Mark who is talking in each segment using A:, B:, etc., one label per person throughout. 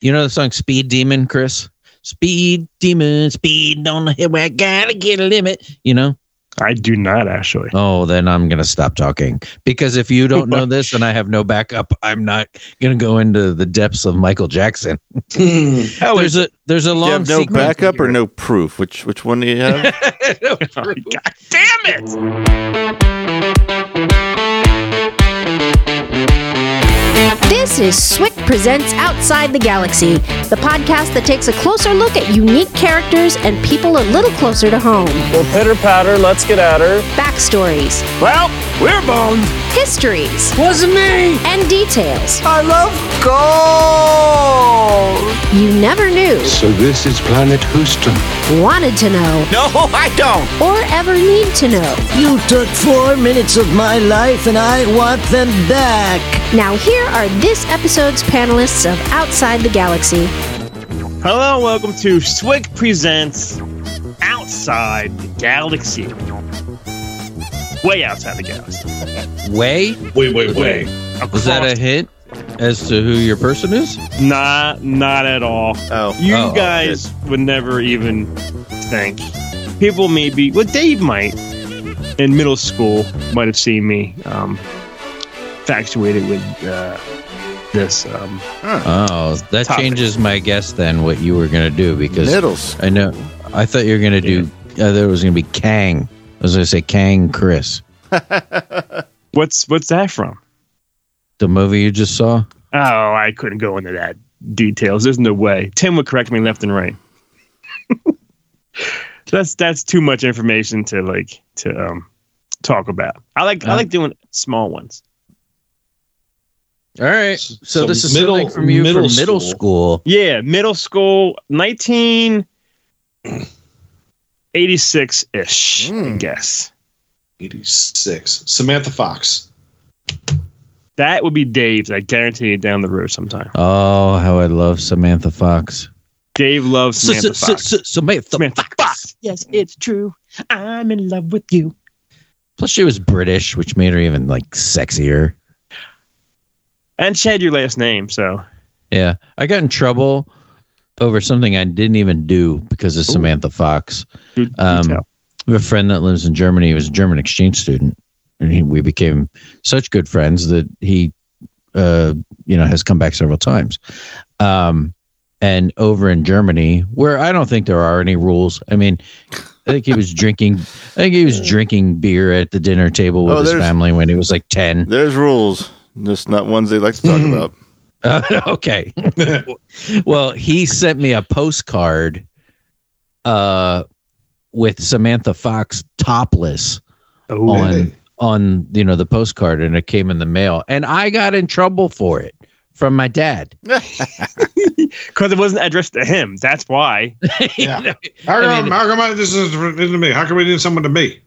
A: You know the song Speed Demon, Chris? Speed Demon, speed on the highway, gotta get a limit. You know?
B: I do not actually.
A: Oh, then I'm gonna stop talking because if you don't know this and I have no backup, I'm not gonna go into the depths of Michael Jackson. Oh, there's a there's a
C: Do
A: long
C: you have no
A: sequence
C: backup or Oh,
A: here.
C: no proof? Which which one do you have?
A: No proof.
B: God damn it!
D: This is Swick Presents Outside the Galaxy, the podcast that takes a closer look at unique characters and people a little closer to home.
E: Well, pitter patter, let's get at her.
D: Backstories,
E: Well, we're boned.
D: histories,
E: Wasn't me.
D: and details
E: I love gold.
D: you never knew,
F: So this is Planet Houston.
D: wanted to know,
E: No, I don't.
D: or ever need to know.
G: You took four minutes of my life and I want them back.
D: Now, here are this episode's panelists of Outside the Galaxy.
E: Hello, and welcome to Swig Presents Outside the Galaxy. Way outside the galaxy.
A: Way?
B: Wait, wait, wait.
A: Was
E: Across-
A: that a hint as to who your person is?
E: Nah, not at all.
C: Oh,
E: You
A: Oh,
E: guys would never even think. People maybe, well, Dave might in middle school might have seen me um, factuated with uh, this. Um,
A: Oh, that
E: Topic.
A: changes my guess then what you were going to do because
C: middles.
A: I know I thought you were going to do I thought it was going to be Kang. I was going to say Kang Chris.
E: what's what's that from?
A: The movie you just saw?
E: Oh, I couldn't go into that details. There's no way. Tim would correct me left and right. that's that's too much information to like to um, talk about. I like I
A: Um,
E: like doing small ones.
A: All right.
B: S-
A: So,
B: so
A: this is
B: middle-
A: something from you
B: middle
A: from middle school.
E: Yeah, middle school, nineteen eighty-six ish. I
C: Mm.
E: guess
B: 86. Samantha Fox.
E: that would be Dave's. I guarantee it down the road sometime.
A: Oh, how I love Samantha Fox.
E: Dave loves Samantha
A: S-
E: Fox.
A: s- s- Samantha
E: Samantha Fox.
G: Yes, it's true. I'm in love with you.
A: Plus, she was British, which made her even like sexier.
E: And she had your last name, so
A: Yeah, I got in trouble over something I didn't even do because of Samantha Fox.
E: do, do
A: Um,
E: tell.
A: I have a friend that lives in Germany. He was a German exchange student, and he, we became such good friends that he, uh, you know, has come back several times. Um, and over in Germany, where I don't think there are any rules. I mean, I think he was drinking. I think he was drinking beer at the dinner table with
C: Oh,
A: his
C: there's-
A: family when he was like ten.
C: There's rules. Just not ones they like to
E: Mm-hmm.
C: talk about.
A: Uh, okay. well, he sent me a postcard, uh, with Samantha Fox topless.
E: Oh,
A: on on you know the postcard and it came in the mail and I got in trouble for it from my dad.
E: Because it wasn't addressed to him. That's why.
B: Yeah. How come,
A: I mean-
B: how come this is written to me? How come it did someone to me?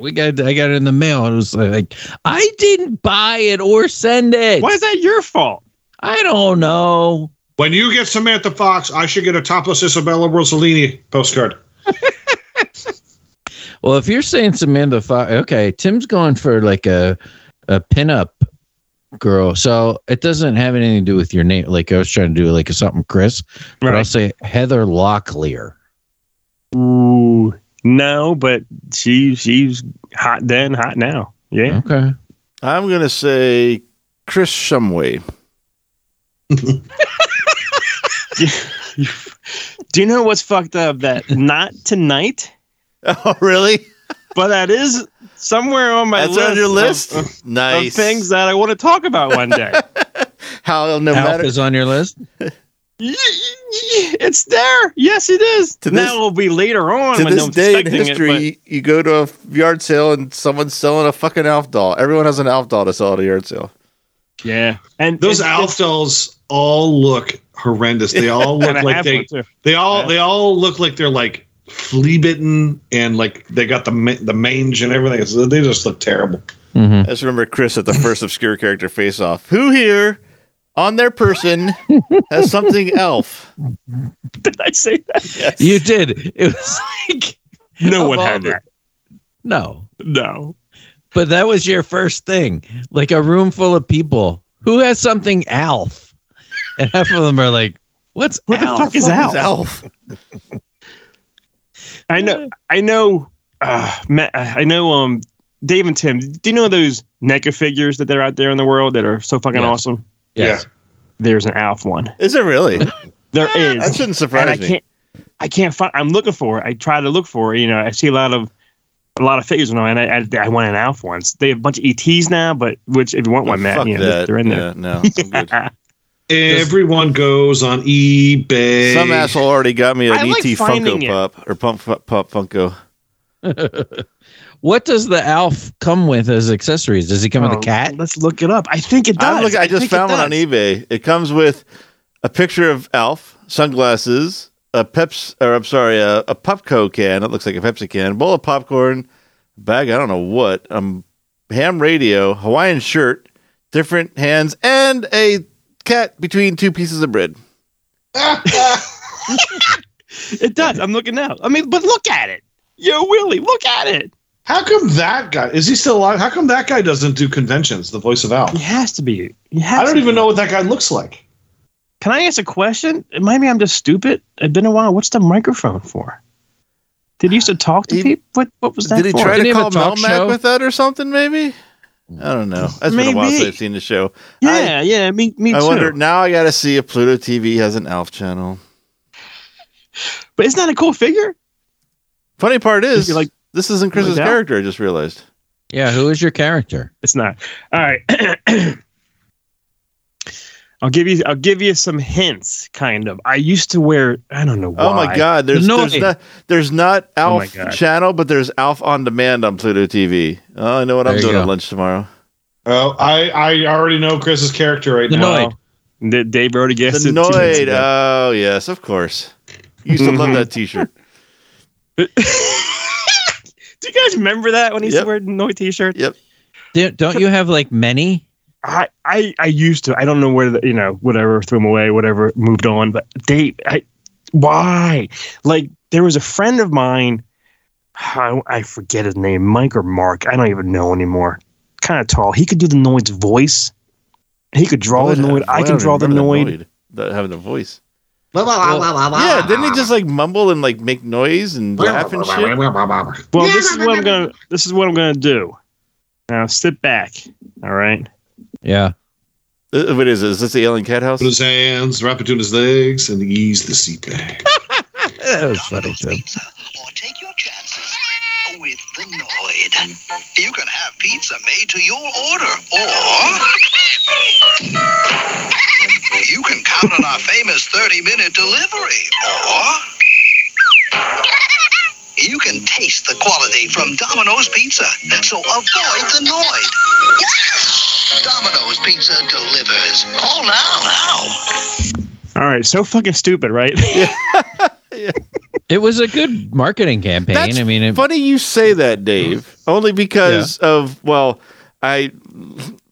A: we got I got it in the mail and it was like I didn't buy it or send it.
E: Why is that your fault?
A: I don't know.
B: When you get Samantha Fox, I should get a topless Isabella Rossellini postcard.
A: Well, if you're saying Samantha Fox, okay, Tim's going for like a a pinup girl, so it doesn't have anything to do with your name. Like I was trying to do like a something Chris, but I'll say Heather Locklear.
E: Ooh, no, but she she's hot then, hot now. Yeah.
A: Okay,
C: I'm gonna say Chris Shumway.
E: Do you know what's fucked up? That not tonight,
C: Oh, really?
E: but that is somewhere on my
C: That's
E: list.
C: on your
E: of-
C: list.
E: Of, of
C: nice
E: things that I want to talk about one day.
C: How no
A: Alf
C: matter
A: is on your list.
E: it's there. Yes, it is.
C: To
E: now
C: this-
E: it'll be later on.
C: to
E: when
C: this
E: I'm
C: day in
E: expecting it,
C: history,
E: but-
C: you, you go to a yard sale and someone's selling a fucking Alf doll. Everyone has an Alf doll to sell at a yard sale.
E: yeah, and
B: Those
E: it's-
B: Alf dolls all look horrendous. They all
E: it's- and I
B: look like
E: have
B: they
E: one too.
B: They all
E: Yeah.
B: they all look like they're like flea bitten and like they got the ma- the mange and everything. So they just look terrible.
A: Mm-hmm.
C: I just remember Chris at the first obscure character face off. Who here on their person has something Elf?
E: Did I say that?
C: Yes.
A: You did. It was like
E: No
A: Of
E: one
A: all
E: had
A: the-
E: that.
A: no,
E: No.
A: but that was your first thing, like a room full of people who has something Alf, and half of them are like, "What's
E: What the
A: Alf?
E: fuck is
C: It's
E: Alf?
C: Alf.
E: I know. I know. Uh, Matt, I know. Um, Dave and Tim, do you know those NECA figures that they're out there in the world that are so fucking
A: Yes.
E: awesome?
A: Yes.
E: There's an Alf one.
C: Is it really?
E: There is.
C: That shouldn't
E: and I
C: surprise me.
E: can't. I can't find. I'm looking for it. I try to look for it. You know, I see a lot of a lot of figures now, and I, I, I want an Alf once. They have a bunch of ETs now, but which if you want
C: Oh,
E: one, Matt,
C: fuck
E: you know,
C: that.
E: they're in there.
C: Yeah, no, I'm good.
B: Everyone goes on eBay.
C: Some asshole already got me an
E: I like
C: ET
E: finding
C: Funko
E: it.
C: Pop or Pump Pop, Pop Funko.
A: What does the Alf come with as accessories? Does he come with
E: Oh,
A: a cat?
E: Let's look it up. I think it does.
C: I'm looking, I just
E: think it
C: found one on E
E: does.
C: eBay. It comes with a picture of Alf, sunglasses, a Peps, or I'm sorry, a, a Pupco can. It looks like a Pepsi can, bowl of popcorn, bag. I don't know what. Um, ham radio, Hawaiian shirt, different hands, and a cat between two pieces of bread.
E: It does. I'm looking now. I mean, but look at it. Yo, Willie, look at it.
B: How come that guy is he still alive? How come that guy doesn't do conventions? The voice of Al.
E: He has to be. He has
B: I don't
E: to
B: even
E: be.
B: know what that guy looks like.
E: Can I ask a question? Maybe I'm just stupid. It's been a while. What's the microphone for? Did he used to talk to
C: He-
E: people? What What was that
C: Did he
E: for?
C: try
A: Didn't he
C: to
A: have
C: call
A: a talk show?
C: Melmac with that or something? Maybe. I don't know. That's been a while since
E: Maybe.
C: I've seen the show.
E: yeah, yeah. Me, me
C: I
E: too.
C: wonder now. I got to see if Pluto TV has an Alf channel.
E: But isn't that a cool figure?
C: Funny part is,
E: you like-
C: this isn't Chris's
E: like Alf?
C: character. I just realized.
A: Yeah, who is your character?
E: It's not. All right. I'll give you. I'll give you some hints. Kind of. I used to wear. I don't know why.
C: Oh my God! There's
A: No
C: there's
A: way.
C: not there's not
E: Oh my
C: Alf
E: God.
C: channel, but there's Alf on demand on Pluto TV. Oh, I know what I'm
A: There you
C: doing
A: go.
C: at lunch tomorrow.
B: Oh, I I already know Chris's character right
A: The
B: now.
A: Noid.
E: D- Dave already guessed
C: the
E: it. two minutes
C: Noid.
E: ago.
C: Oh yes, of course. You used to love
E: Mhm.
C: that T-shirt.
E: Do you guys remember that when he
C: uh, Yep.
E: used to wear Noid t-shirt?
C: Yep.
A: Do- Don't you have like many?
E: I, I I used to. I don't know where the you know whatever threw him away, whatever moved on. But they, I why? Like there was a friend of mine. I, I forget his name, Mike or Mark. I don't even know anymore. Kind of tall. He could do the Noid's voice. He could draw the Noid. I can draw the Noid.
C: That having the voice. yeah, didn't he just like mumble and like make noise and laugh and shit?
E: Well, this is what I'm gonna. This is what I'm gonna do. Now sit back. All right.
A: Yeah.
C: Uh, What is this? Is this the Alien Cat House?
B: Put his hands, wrap between his legs, and ease the seat back.
A: That was funny too.
H: or take your chances with the Noid. You can have pizza made to your order, or you can count on our famous 30 minute delivery, or you can taste the quality from Domino's Pizza. So avoid the Noid. Domino's Pizza delivers. Call now. Now.
E: All right. So fucking stupid, right?
A: It was a good marketing campaign.
C: That's
A: I mean, it,
C: funny you say that, Dave. Only because of well, I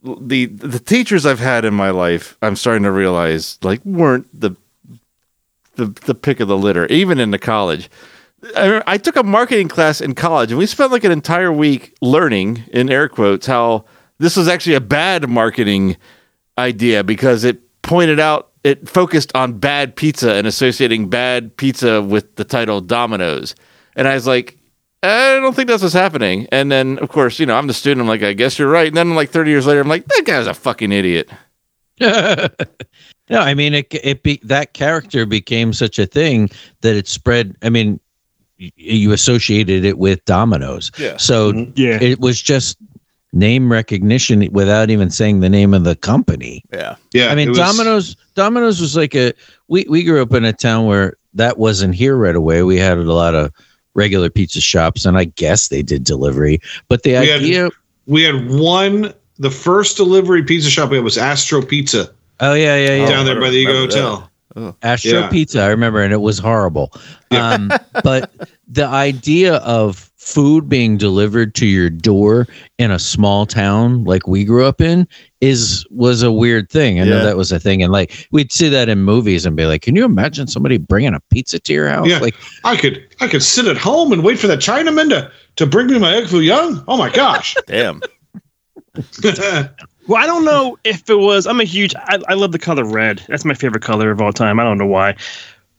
C: the the teachers I've had in my life, I'm starting to realize like weren't the the the pick of the litter, even in the college. I, I took a marketing class in college, and we spent like an entire week learning, in air quotes, how this was actually a bad marketing idea because it pointed out it focused on bad pizza and associating bad pizza with the title Domino's. And I was like, I don't think that's what's happening. And then, of course, you know, I'm the student. I'm like, I guess you're right. And then, like 30 years later, I'm like, that guy's a fucking idiot.
A: no, I mean it. It be that character became such a thing that it spread. I mean, y- you associated it with Dominoes.
C: Yeah.
A: So
E: yeah.
A: it was just name recognition without even saying the name of the company.
C: Yeah.
B: Yeah,
A: I mean,
B: it was-
A: Domino's. Domino's was like a. We we grew up in a town where that wasn't here right away. We had a lot of regular pizza shops, and I guess they did delivery. But the
B: We had-
A: idea.
B: We had one. The first delivery pizza shop we had was Astro Pizza
A: oh yeah, yeah, yeah.
B: down
C: I
B: there
C: don't
B: by the Ego
C: remember that.
B: Hotel.
A: Astro
B: Yeah.
A: Pizza, I remember, and it was horrible. Um, but the idea of food being delivered to your door in a small town like we grew up in is was a weird thing. I know
C: Yeah.
A: that was a thing, and like we'd see that in movies and be like, "Can you imagine somebody bringing a pizza to your house?"
B: Yeah.
A: Like,
B: I could I could sit at home and wait for that Chinaman to to bring me my egg foo young. Oh my gosh.
C: Damn.
B: yeah,
E: Well, I don't know if it was. I'm a huge. I, I love the color red. That's my favorite color of all time. I don't know why,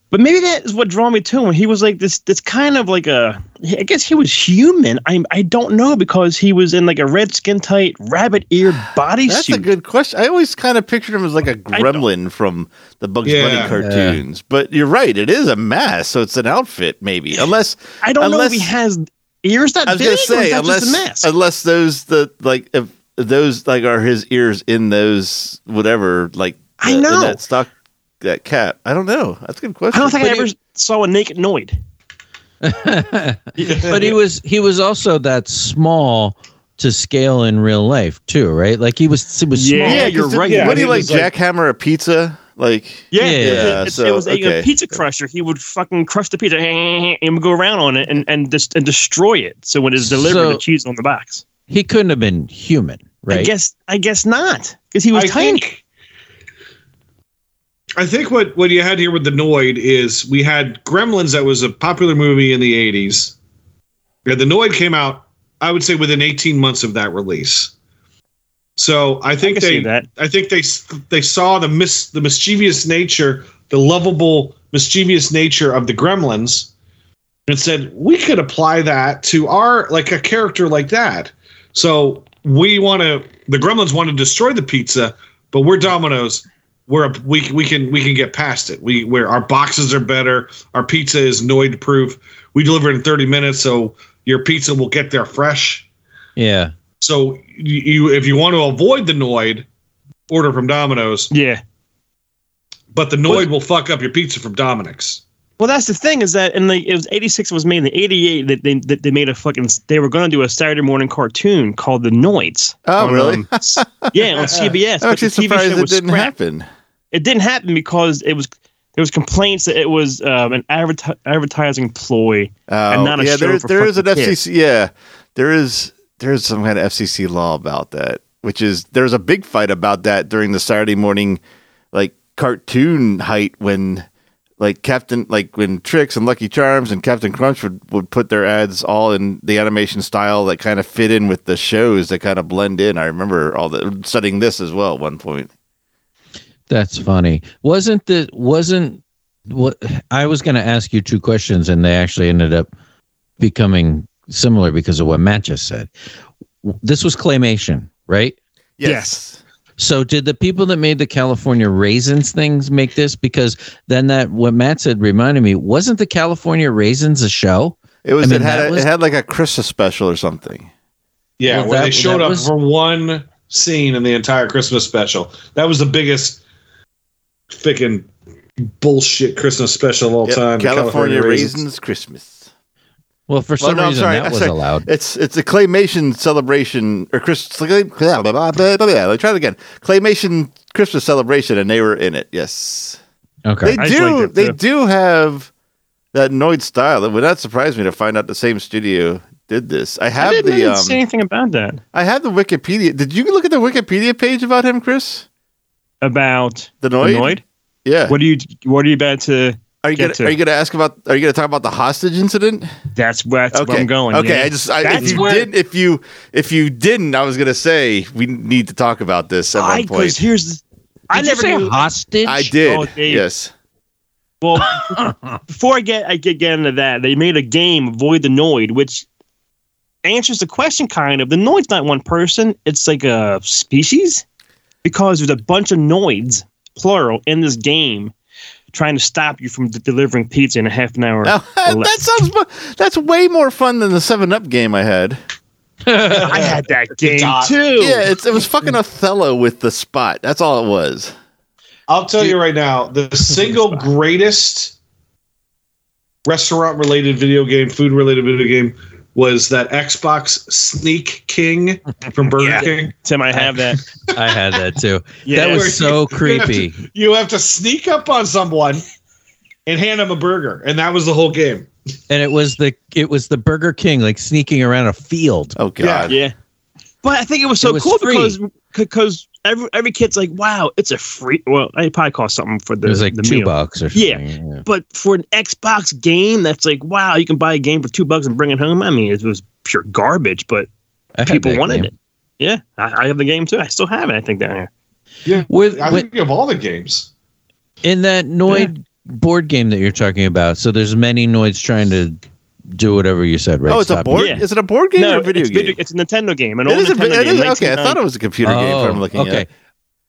E: but maybe that is what drew me to him. He was like this. This kind of like a. I guess he was human. I I don't know because he was in like a red skin tight rabbit ear
C: That's a
E: bodysuit.
C: good question. I always kind of pictured him as like a
E: I don't-
C: gremlin from the Bugs
B: Yeah.
C: Bunny cartoons, but you're right. It is a mask, so it's an outfit, maybe. Unless
E: I don't know if
C: unless-
E: he has ears that
C: I was
E: big.
C: gonna
E: or is
C: say
E: that
C: unless
E: just a mask.
C: unless those the like if those like are his ears in those whatever like
E: I
C: the- in
E: know.
C: that stock that cap. I don't know. That's a good
E: I
C: question.
E: don't think I
C: But
E: ever
C: you-
E: saw a naked Noid.
A: but he was he was also that small to scale in real life too, right? Like he was he was
E: Yeah,
A: small.
C: Yeah,
E: 'cause
C: you're
E: it-
C: right.
E: yeah,
C: What do
E: it
C: you like
B: was like-
C: jackhammer a pizza? Like
E: Yeah,
A: Yeah,
E: it- it, it's- it
C: so,
E: was a, a
C: okay.
E: pizza crusher. He would fucking crush the pizza and would go around on it and and, dis- and destroy it. So when it's delivered,
A: So-
E: the cheese on the box.
A: He couldn't have been human, right?
E: I guess I guess not because he was
B: I
E: tiny.
B: think- I think what what you had here with the Noid is we had Gremlins that was a popular movie in the eighties. Yeah, the Noid came out, I would say, within eighteen months of that release. So I think
E: can see
B: they,
E: that.
B: I think they s- they saw the mis the mischievous nature, the lovable mischievous nature of the Gremlins, and said we could apply that to our like a character like that. So we want to. The Gremlins want to destroy the pizza, but we're Domino's. We're a, we we can we can get past it. We where our boxes are better. Our pizza is noid proof. We deliver in thirty minutes, so your pizza will get there fresh.
A: yeah.
B: So you, you if you want to avoid the noid, order from Domino's.
E: Yeah.
B: But the noid will fuck up your pizza from Dominic's.
E: Well, that's the thing is that in the it was eighty six was made in the eighty eight that they that they made a fucking they were going to do a Saturday morning cartoon called The Noids.
C: Oh,
E: on,
C: really?
E: um, s- yeah, on CBS.
C: I'm
E: but the
C: actually surprised it
E: was
C: didn't
E: scrapped.
C: happen.
E: it didn't happen because it was there was complaints that it was um, an adverti- advertising ploy.
C: Oh,
E: not a
C: yeah,
E: show
C: there's
E: for
C: there is an
E: fucking
C: FCC. Yeah, there is there is some kind of FCC law about that, which is there's a big fight about that during the Saturday morning like cartoon height when like Captain like when Tricks and Lucky Charms and Captain Crunch would would put their ads all in the animation style that kind of fit in with the shows that kind of blend in. I remember all the studying this as well at one point.
A: That's funny. Wasn't the wasn't what I was going to ask you two questions, and they actually ended up becoming similar because of what Matt just said. This was claymation, right?
E: Yes.
A: So did the people that made the California raisins things make this? Because then that what Matt said reminded me. Wasn't the California raisins a show?
C: It was
A: I mean,
C: it had
A: that
C: a,
A: was-
C: it had like a Christmas special or something.
B: Yeah,
A: Well,
B: where
A: that-
B: they showed
A: that
B: up
A: was-
B: for one scene in the entire Christmas special. That was the biggest freaking bullshit Christmas special of all
C: Yep,
B: time. the
C: California raisins Christmas.
A: Well, for
C: Well,
A: some
C: no, I'm
A: reason
C: sorry,
A: that
C: I'm
A: was
C: sorry.
A: allowed.
C: It's it's a claymation celebration or Christmas. Blah, blah, blah, blah, blah. Like, Try it again. Claymation Christmas celebration, and they were in it. Yes,
A: Okay.
C: they
E: I
C: do.
E: like that,
C: they
E: too.
C: do have that Noid style. It would not surprise me to find out the same studio did this. I
E: I
C: have
E: didn't, I
C: the
E: didn't
C: um,
E: see anything about that.
C: I have the Wikipedia. Did you look at the Wikipedia page about him, Chris?
E: About
C: The
E: the
C: Noid.
E: Noid?
C: Yeah.
E: What are you what are you about to
C: are you
E: get
C: gonna
E: to?
C: Are you gonna ask about? Are you gonna talk about the hostage incident?
E: That's where, that's where I'm going.
C: Okay,
E: yeah.
C: I just I,
E: That's
C: if you
E: where-
C: didn't if you if you didn't, I was gonna say we need to talk about this at
E: I
C: one
E: because
C: point.
E: here's the, I
A: Did
E: never
A: you say
E: knew.
A: hostage.
C: I did.
E: Oh, Dave.
C: yes.
E: Well, before I get I get, get into that, they made a game Void the Noid, which answers the question kind of. The Noid's not one person; it's like a species because there's a bunch of Noids, plural, in this game, trying to stop you from d- delivering pizza in a half an hour.
C: Now,
E: or less.
C: that sounds mu- that's way more fun than the Seven Up game I had.
E: I had that game too.
C: Yeah, it's, it was fucking Othello with the spot. That's all it was.
B: I'll tell you right now, the single greatest restaurant related video game, food related video game was that Xbox Sneak King from Burger
E: Yeah.
B: King.
E: Tim, I have that.
A: I had that too.
E: Yeah,
A: That was so
B: You have to-
A: creepy.
B: You have to sneak up on someone and hand them a burger, and that was the whole game.
A: and it was the it was the Burger King like sneaking around a field.
C: Oh god.
E: Yeah. But I think it was so
A: It was
E: cool
A: free.
E: because because every every kid's like, wow, it's a free. Well, it probably cost something for the
A: It was like
E: the
A: two
E: meal.
A: bucks or
E: Yeah.
A: something. Yeah.
E: But for an Xbox game, that's like, wow, you can buy a game for two bucks and bring it home. I mean, it was pure garbage, but
A: I had
E: people
A: that
E: wanted
A: game.
E: it. Yeah, I, I have the game too. I still have it. I think down here.
B: Yeah,
A: With,
B: I
A: with
B: think of all the games.
A: in that Noid board game that you're talking about, so there's many Noids trying to do whatever you said, right?
C: oh, it's a
A: Stop
C: board.
E: Yeah.
C: Is it a board game or a video
E: it's,
C: game?
E: it's a Nintendo game. An
C: It
E: old
C: is a,
E: Nintendo
C: it
E: game.
C: is, okay, I thought it was a computer game.
A: Oh,
C: From looking
A: okay.
C: at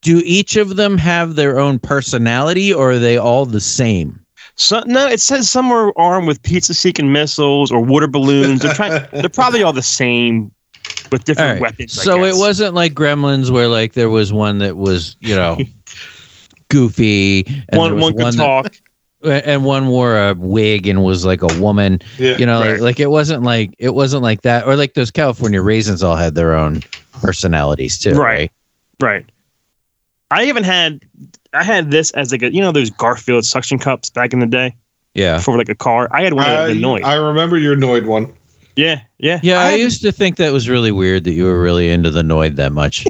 A: Do each of them have their own personality, or are they all the same?
E: So, no, it says some are armed with pizza-seeking missiles or water balloons. They're, trying, they're probably all the same with
A: All
E: different
A: right.
E: weapons. I
A: so it
E: guess.
A: wasn't like Gremlins, where like there was one that was you know goofy, and there
E: one.
A: was
E: One could
A: that-
E: talk.
A: and one wore a wig and was like a woman.
B: Yeah,
A: you know, like,
E: Right.
A: like it wasn't like it wasn't like that, or like those California raisins all had their own personalities too,
E: Right.
A: right?
E: Right. I even had I had this as like a you know those Garfield suction cups back in the day
A: Yeah,
E: for like a car. I had one of
B: I,
E: the Noid.
B: I remember your annoyed one.
E: yeah, yeah.
A: yeah. I,
E: had-
A: used to think that was really weird that you were really into the Noid that much,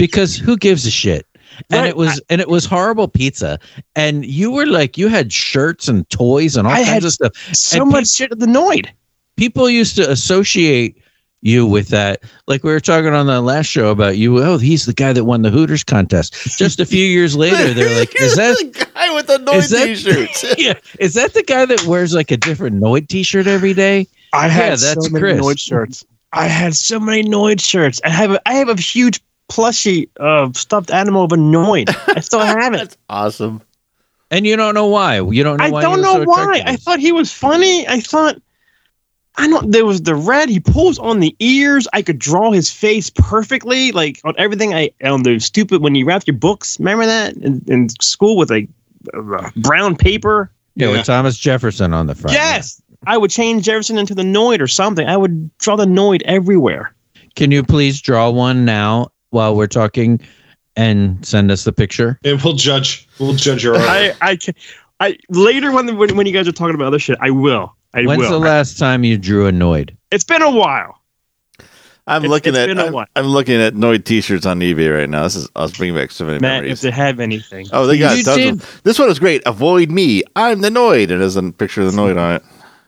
A: because who gives a shit? And
E: Right,
A: it was and it was horrible pizza, and you were like you had shirts and toys and all
E: I
A: kinds
E: had-
A: of stuff.
E: so
A: and
E: much shit of the Noid.
A: People used to associate you with that like we were talking on the last show about you oh he's the guy that won the hooters contest just a few years later they're like is that
C: the guy with the noise
A: is that-
C: t-shirts?
A: yeah. Is that the guy that wears like a different Noid t-shirt every day?
E: I
A: had Yeah, that's so many Chris. Noid
E: shirts. I had so many Noid shirts. I have a, I have a huge plushie of stuffed animal of a Noid. I still have it.
C: That's awesome.
A: And you don't know why. You don't know
E: I
A: why.
E: don't
A: he was
E: know
A: so
E: why.
A: attracted to
E: I
A: you.
E: thought he was funny. I thought I don't. There was the red. He pulls on the ears. I could draw his face perfectly, like on everything. I on the stupid when you wrap your books. Remember that in, in school with like uh, brown paper.
A: yeah,
B: Yeah.
A: with Thomas Jefferson on the front.
E: Yes, I would change Jefferson into the Noid or something. I would draw the Noid everywhere.
A: Can you please draw one now while we're talking and send us the picture?
B: And we'll judge. We'll judge your. art.
E: I I ca- I later when the, when, when you guys are talking about other shit, I will. I
A: When's
E: will.
A: the last time you drew a Noid?
E: it's been a while.
C: I'm
E: It's-
C: looking
E: it's
C: at
E: been a
C: I'm,
E: while.
C: I'm looking at Noid t-shirts on eBay right now. This is I was bringing back so many
E: Matt, if
C: memories.
E: they have anything.
C: Oh, they got
A: You
C: tons
A: did-
C: of them. This one is great. Avoid me. I'm the Noid. It has a picture of the Noid on it.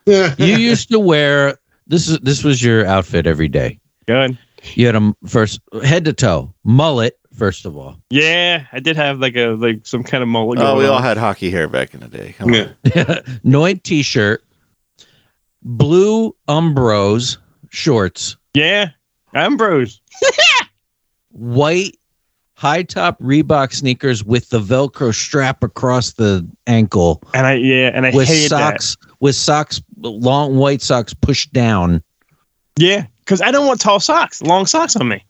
B: Yeah.
A: You used to wear this is this was your outfit every day.
E: Good.
A: You had a m- first head to toe mullet first of all.
E: Yeah, I did have like a like some kind of mullet.
C: Oh,
E: going
C: we
E: on.
C: all had hockey hair back in the day. Come on.
B: Yeah.
A: Noid t-shirt, blue Umbros shorts,
E: yeah, Ambrose.
A: white high top Reebok sneakers with the Velcro strap across the ankle,
E: And I yeah, and I
A: with
E: hated
A: socks with socks long white socks pushed down.
E: that. Yeah, because I don't want tall socks, long socks on me.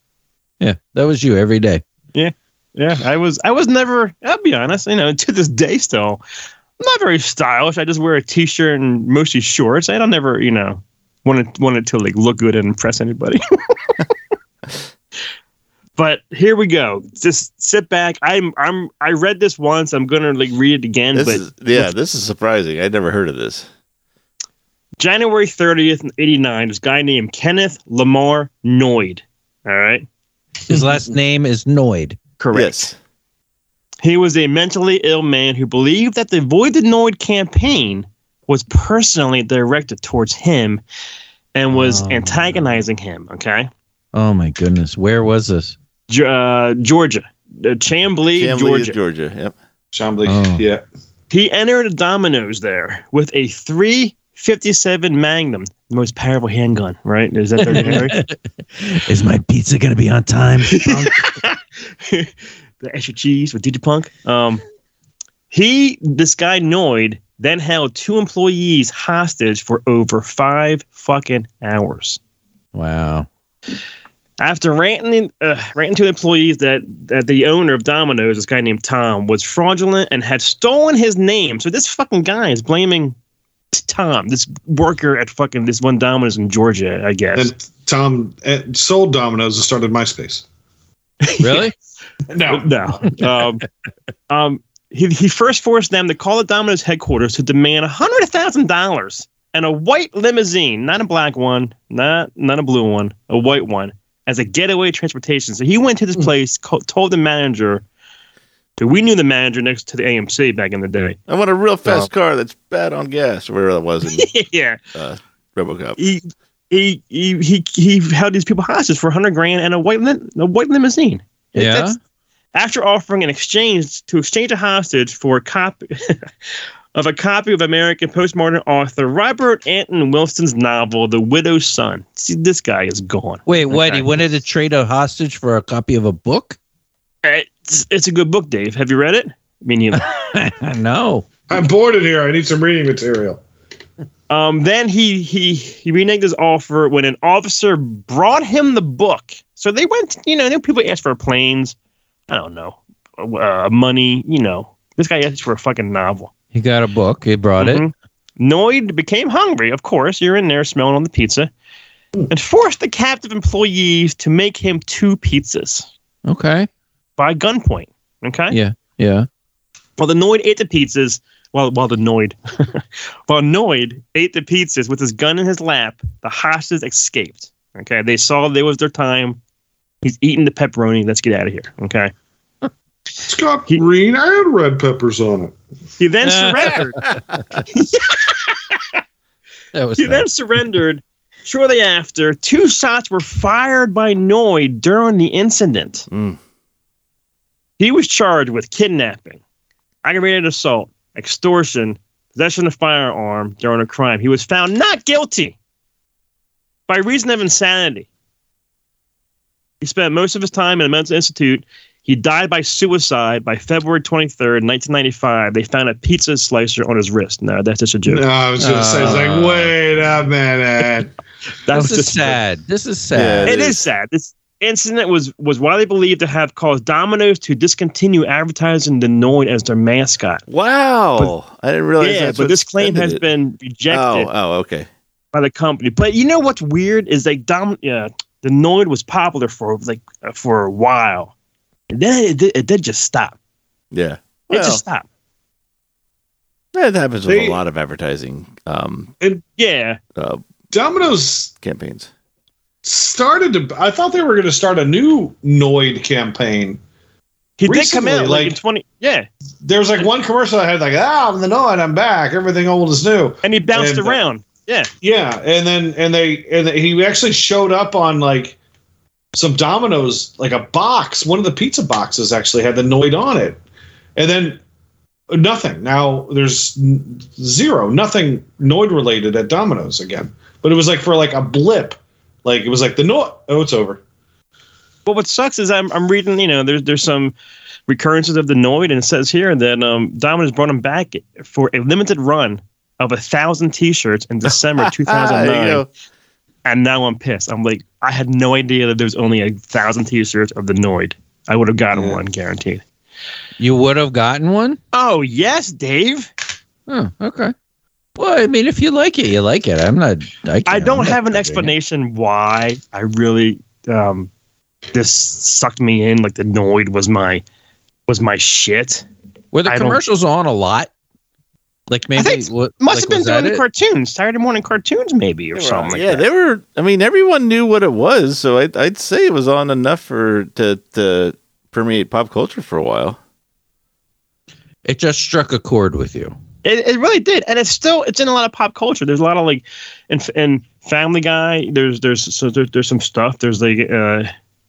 A: Yeah, that was you every day.
E: Yeah, I was I was never. I'll be honest, you know, to this day still, I'm not very stylish. I just wear a t-shirt and mostly shorts. I don't ever, you know, wanted wanted to like look good and impress anybody. But here we go. Just sit back. I'm I'm I read this once. I'm gonna like read it again.
C: This
E: but
C: is yeah, this is surprising. I'd never heard of this.
E: January 30th, 89, this guy named Kenneth Lamar Noyd. All right.
A: His last name is Noid.
E: Correct.
C: Yes.
E: He was a mentally ill man who believed that the Void the Noid campaign was personally directed towards him and was
A: Oh.
E: antagonizing him. Okay.
A: Oh my goodness, where was this?
E: Ge- uh, Georgia. Uh, Chamblee,
C: Cam Lee is
E: Georgia.
C: Georgia. Yep.
B: Chamblee.
A: Oh.
B: Yeah.
E: He entered a Domino's there with a 357 Magnum, the most powerful handgun, right? Is that their generic?
A: Is my pizza gonna be on time? punk?
E: the extra cheese with DJ Punk. Um, he, this guy Noid, then held two employees hostage for over five fucking hours.
A: wow.
E: After ranting, uh, ranting to the employees that, that the owner of Domino's, this guy named Tom, was fraudulent and had stolen his name. So this fucking guy is blaming t- Tom, this worker at fucking this one Domino's in Georgia, I guess.
B: And Tom uh, sold Domino's and started MySpace.
A: Really?
B: No.
E: No. Um, um, he, he first forced them to call the Domino's headquarters to demand $100,000 and a white limousine, not a black one, not, not a blue one, a white one, as a getaway transportation. So he went to this place, co- told the manager, that we knew the manager next to the AMC back in the day.
C: I want a real fast car that's bad on gas, or wherever that was in
E: yeah.
C: uh, RoboCop.
E: He, he he he, he held these people hostage for hundred grand and a white lim- a white limousine. Like,
A: Yeah?
E: that's- after offering an exchange to exchange a hostage for a copy of a copy of American postmodern author Robert Anton Wilson's novel The Widow's Son. See, this guy is gone.
A: Wait, what?
E: Okay.
A: He wanted to trade a hostage for a copy of a book?
E: It's, it's a good book, Dave. Have you read it? Me neither.
A: no.
B: I'm bored in here. I need some reading material.
E: Um, then he he he reneged his offer when an officer brought him the book. So they went, you know, new people asked for planes, I don't know, uh, money, you know. This guy asked for a fucking novel.
A: He got a book. He brought
E: Mhm. Noid became hungry. Of course, you're in there smelling on the pizza, and forced the captive employees to make him two pizzas
A: it. Okay.
E: by gunpoint. Okay.
A: Yeah. Yeah.
E: While the Noid ate the pizzas, while while the Noid, while Noid ate the pizzas with his gun in his lap, the hostages escaped. Okay, they saw there was their time. He's eating the pepperoni. Let's get out of here. Okay.
B: It's got green and red peppers on it.
E: He then surrendered.
A: That was
E: he then surrendered. Shortly after, two shots were fired by Noid during the incident.
C: Mm.
E: He was charged with kidnapping, aggravated assault, extortion, possession of firearm during a crime. He was found not guilty by reason of insanity. He spent most of his time in a mental institute. He died by suicide by February 23rd, 1995. They found a pizza slicer on his wrist. No, that's just a joke.
B: No, I was gonna say, it's
A: Uh.
B: like, wait a minute.
E: that was
A: this is
E: just a joke.
A: sad. This is sad.
C: Yeah.
E: it is sad. This incident was was widely believed to have caused Domino's to discontinue advertising the Noid as their mascot.
C: Wow. I didn't realize
E: yeah,
C: that's
E: but
C: what
E: this claim
C: ended
E: has
C: it.
E: been rejected
C: Oh, oh, okay.
E: by the company. But you know what's weird is like Dom, uh, the Noid was popular for like uh, for a while, and then it did, it did just stop.
C: Yeah.
E: It
C: Well,
E: just stopped.
C: that happens with
B: They-
C: a lot of advertising um,
E: Yeah,
C: uh,
B: Domino's
C: campaigns.
B: started to. I thought they were going to start a new Noid campaign.
E: he did come
B: Recently,
E: out like in
B: like-
E: twenty. Yeah,
B: There was like one commercial I had like, ah, I'm the Noid, I'm back. Everything old is new.
E: and he bounced
C: uh,
B: And-
E: around. Yeah,
B: Yeah, and then and they and he actually showed up on like some Domino's, like a box. One of the pizza boxes actually had the Noid on it, and then nothing. Now there's n- zero, nothing Noid related at Domino's again. But it was like for like a blip, like it was like the Noid. Oh, it's over.
E: But what sucks is I'm, I'm reading, you know, there's there's some recurrences of the Noid, and it says here that um, Domino's brought him back for a limited run of a thousand T-shirts in December
C: Ah, there
E: 2009,
C: you go.
E: and now I'm pissed. I'm like, I had no idea that there was only a thousand T-shirts of the Noid. I would have gotten one, guaranteed.
A: You would have gotten one?
E: Oh yes, Dave.
A: Oh, okay. Well, I mean, if you like it, you like it. I'm not. I, can't-
E: I
A: I'm
E: don't
A: not
E: have an
A: judging.
E: explanation why I really um, this sucked me in. Like the Noid was my was my shit.
A: Were the
E: I don't-
A: commercials on a lot? Like maybe
E: think it's-
A: what
E: Must
A: like,
E: have been
A: was that
E: during the
A: it?
E: cartoons, Saturday morning cartoons, maybe, or
C: They were on-
E: something.
C: yeah,
E: like that.
C: they were. I mean, everyone knew what it was, so I, I'd say it was on enough for to to permeate pop culture for a while.
A: It just struck a chord with you.
E: It, it really did, and it's still it's in a lot of pop culture. There's a lot of like, and and Family Guy. There's there's so there, there's some stuff. There's like uh,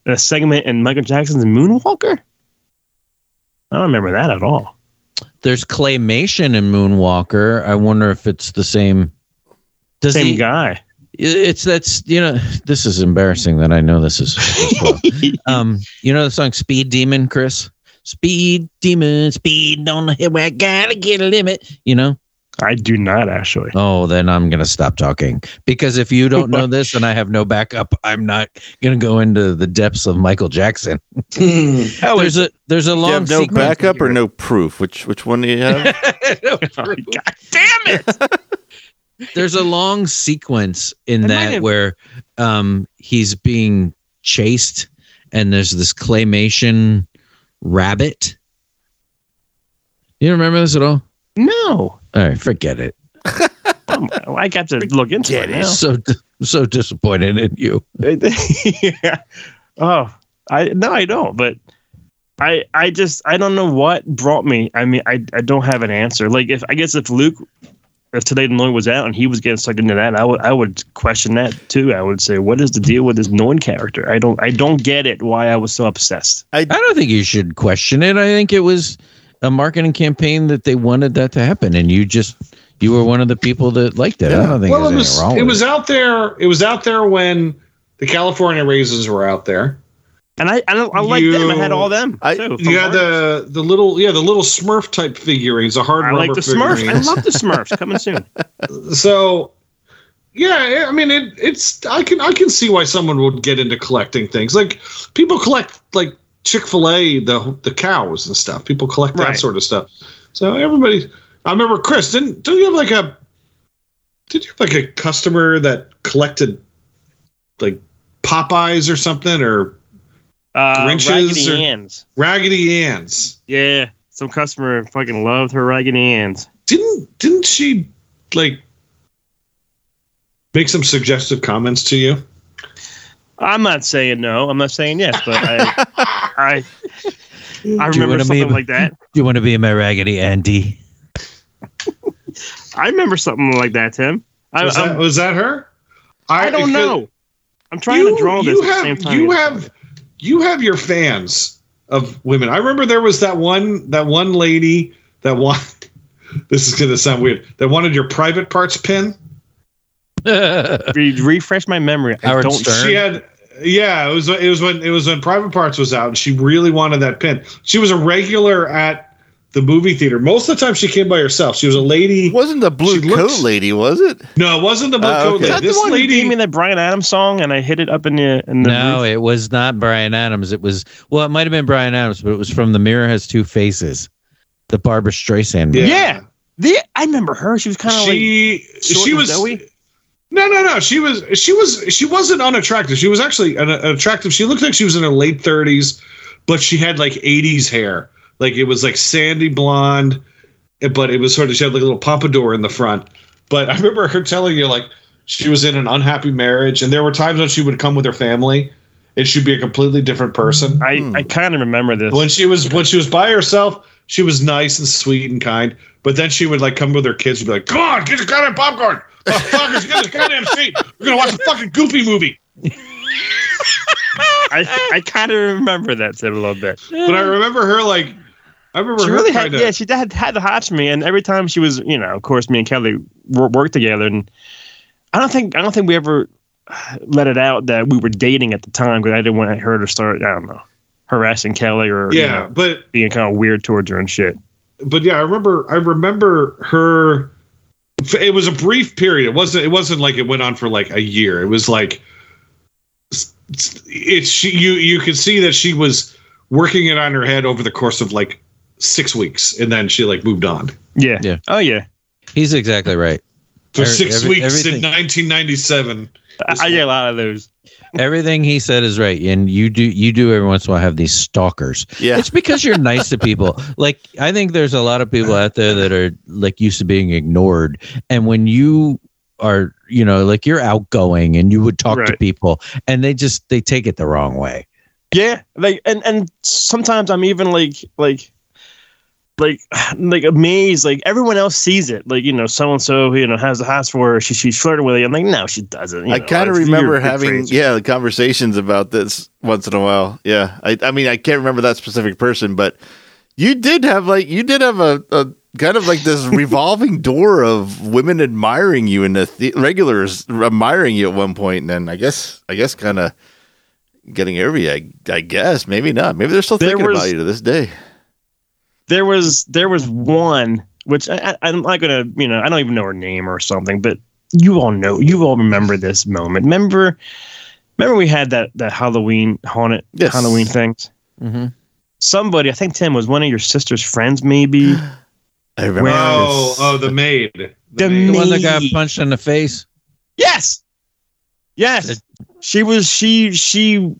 E: a segment in Michael Jackson's Moonwalker. I don't remember that at all.
A: There's claymation in Moonwalker. I wonder if it's the same. Does
E: Same
A: he-
E: guy.
A: It's that's you know. This is embarrassing that I know this is. this well. um, you know the song Speed Demon, Chris. Speed Demon, speed on the highway. Gotta get a limit. You know.
E: I do not actually.
A: Oh, then I'm going to stop talking because if you don't know this and I have no backup, I'm not going to go into the depths of Michael Jackson.
E: Oh,
A: there's a there's a
C: Do
A: long
C: you have no
A: sequence
C: backup or
A: here.
C: no proof? Which which one do you have?
E: God damn it!
A: there's a long sequence in
E: I might
A: that
E: have-
A: where um he's being chased and there's this claymation rabbit. You don't remember this at all?
E: No,
A: All right, forget it.
E: Um, I got to look into it. now.
A: So so disappointed in you.
E: yeah. Oh, I no, I don't. But I, I just, I don't know what brought me. I mean, I, I don't have an answer. Like if I guess if Luke if today the Noid was out and he was getting sucked into that, I would I would question that too. I would say, what is the deal with this Noid character? I don't I don't get it. Why I was so obsessed?
A: I don't think you should question it. I think it was a marketing campaign that they wanted that to happen, and you just you were one of the people that liked it. I don't think
B: well,
A: there's
B: it
A: anything
B: was
A: wrong.
B: it
A: with
B: was out there. It was out there when the California raisins were out there.
E: And I I, don't, I like them. I had all them.
C: I-
E: too, from
B: You had
E: Marvel.
B: the the little yeah the little Smurf type figurines, the hard
E: I like the
B: rubber
E: Smurfs. I
B: figurines.
E: love the Smurfs coming soon.
B: so yeah, I mean it, it's I can I can see why someone would get into collecting things like people collect like Chick Fil A the the cows and stuff. People collect that
E: Right.
B: sort of stuff. So everybody, I remember Chris didn't did you have like a did you have like a customer that collected like Popeyes or something or
E: Uh,
B: Grinches
E: Raggedy
B: or-
E: Ann's.
B: Raggedy Ann's?
E: Yeah, some customer fucking loved her Raggedy Ann's.
B: didn't didn't she like make some suggestive comments to you?
E: I'm not saying no. I'm not saying yes, but I I, I
A: Do you
E: remember
A: wanna
E: something
A: be-
E: like that.
A: Do you want to be my raggedy Andy?
E: I remember something like that, Tim. I,
B: Was, that,
E: I'm-
B: was that her?
E: I don't
B: because
E: know. I'm trying
B: you-
E: to draw this
B: You
E: at
B: have
E: the same time.
B: you have you have your fans of women. I remember there was that one that one lady that one. This is gonna sound weird. That wanted your private parts pin.
E: Re- refresh my memory. I
A: Howard
E: don't.
A: Stern?
B: She had. Yeah, it was it was when it was when Private Parts was out, and she really wanted that pin. She was a regular at the movie theater. Most of the time, she came by herself. She was a lady.
C: It wasn't the blue
B: She
C: coat
B: looks-
C: lady, was it?
B: No, it wasn't the blue
C: Ah,
B: coat
C: okay.
E: Uh, Is
B: lady.
E: that
B: This
E: the one who
B: lady,
E: gave me the Brian Adams song and I hit it up in the in the
A: No,
E: roof?
A: it was not Brian Adams. It was well, it might have been Brian Adams, but it was from The Mirror Has Two Faces, the Barbara Streisand.
B: Yeah.
A: movie.
E: yeah. The- I remember her. She was kind of like
B: she
E: short
B: she
E: and
B: was
E: doughy?
B: no no no she was she was she wasn't unattractive. She was actually an, an attractive. She looked like she was in her late thirties, but she had like eighties hair. Like it was like sandy blonde, but it was sort of she had like a little pompadour in the front. But I remember her telling you like she was in an unhappy marriage, and there were times when she would come with her family, and she'd be a completely different person.
E: I I kind of remember this.
B: when she was when she was by herself, she was nice and sweet and kind. But then she would like come with her kids and be like, "Come on, get your goddamn popcorn, motherfuckers, get this goddamn seat. We're gonna watch a fucking Goopy movie."
E: I I kind of remember that Tim, a little bit.
B: But I remember her like, I remember
E: She
B: her
E: really had,
B: kind of
E: yeah. She had had the hots for me, and every time she was, you know, of course, me and Kelly wor- worked together, and I don't think I don't think we ever uh, let it out that we were dating at the time because I didn't want her to start, I don't know, harassing Kelly or you
B: yeah.
E: know,
B: But
E: being kind of weird towards her and shit.
B: but yeah, I remember I remember her. It was a brief period. It wasn't. It wasn't like it went on for like a year. It was like it's she. You you could see that she was working it on her head over the course of like six weeks, and then she like moved on.
E: Yeah.
A: Yeah.
E: Oh yeah.
A: He's exactly right.
B: for
A: Every-
B: six
A: every-
B: weeks
A: everything-
B: in 1997.
E: I, I get a lot of those.
A: Everything he said is right, and you do you do every once in a while have these stalkers.
C: Yeah.
A: It's because you're nice to people. Like I think there's a lot of people out there that are like used to being ignored, and when you are, you know, like you're outgoing and you would talk to
E: Right.
A: people, and they just they take it the wrong way.
E: Yeah, like and and sometimes I'm even like like like like amazed. Like everyone else sees it. Like you know, so and so you know has the hots for her. She she's flirting with you. I'm like, no, she doesn't. You
C: I
E: know,
C: kind of
E: it's-
C: remember
E: you're
C: having
E: crazy.
C: yeah conversations about this once in a while. Yeah, I, I mean I can't remember that specific person, but you did have like you did have a, a kind of like this revolving door of women admiring you and the, the regulars admiring you at one point, and then I guess I guess kind of getting over you. I, I guess maybe not. Maybe they're still
E: There
C: thinking about
E: was-
C: you to this day.
E: there was there was one which I, I, I'm not gonna you know I don't even know her name or something, but you all know you all remember this moment. Remember, remember we had that that Halloween haunted
C: Yes.
E: Halloween things.
A: Mm-hmm.
E: Somebody, I think Tim was one of your sister's friends, maybe.
C: I remember.
B: Oh,
C: this.
B: oh, the maid. The
E: The
B: maid.
A: The one that got
E: Me.
A: punched in the face.
E: Yes. Yes. She was she she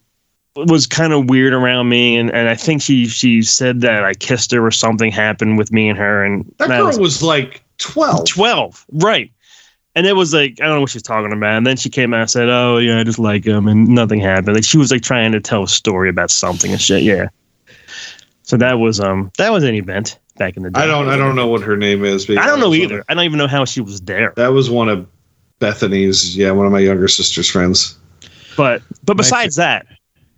E: was kind of weird around me and, and I think she she said that I kissed her or something happened with me and her and
B: That
E: and I
B: girl
E: was
B: was like 12.
E: 12. Right. And it was like I don't know what she was talking about. And then she came out and said, "Oh yeah, I just like him," and nothing happened. Like she was like trying to tell a story about something and shit. Yeah. So that was um that was an event. back in the day.
B: I don't. I don't know what her name is. but
E: I don't
B: that
E: know
B: was
E: either.
B: one of-
E: I don't even know how she was there.
B: that was one of Bethany's. Yeah, one of my younger sister's friends.
E: But but besides that,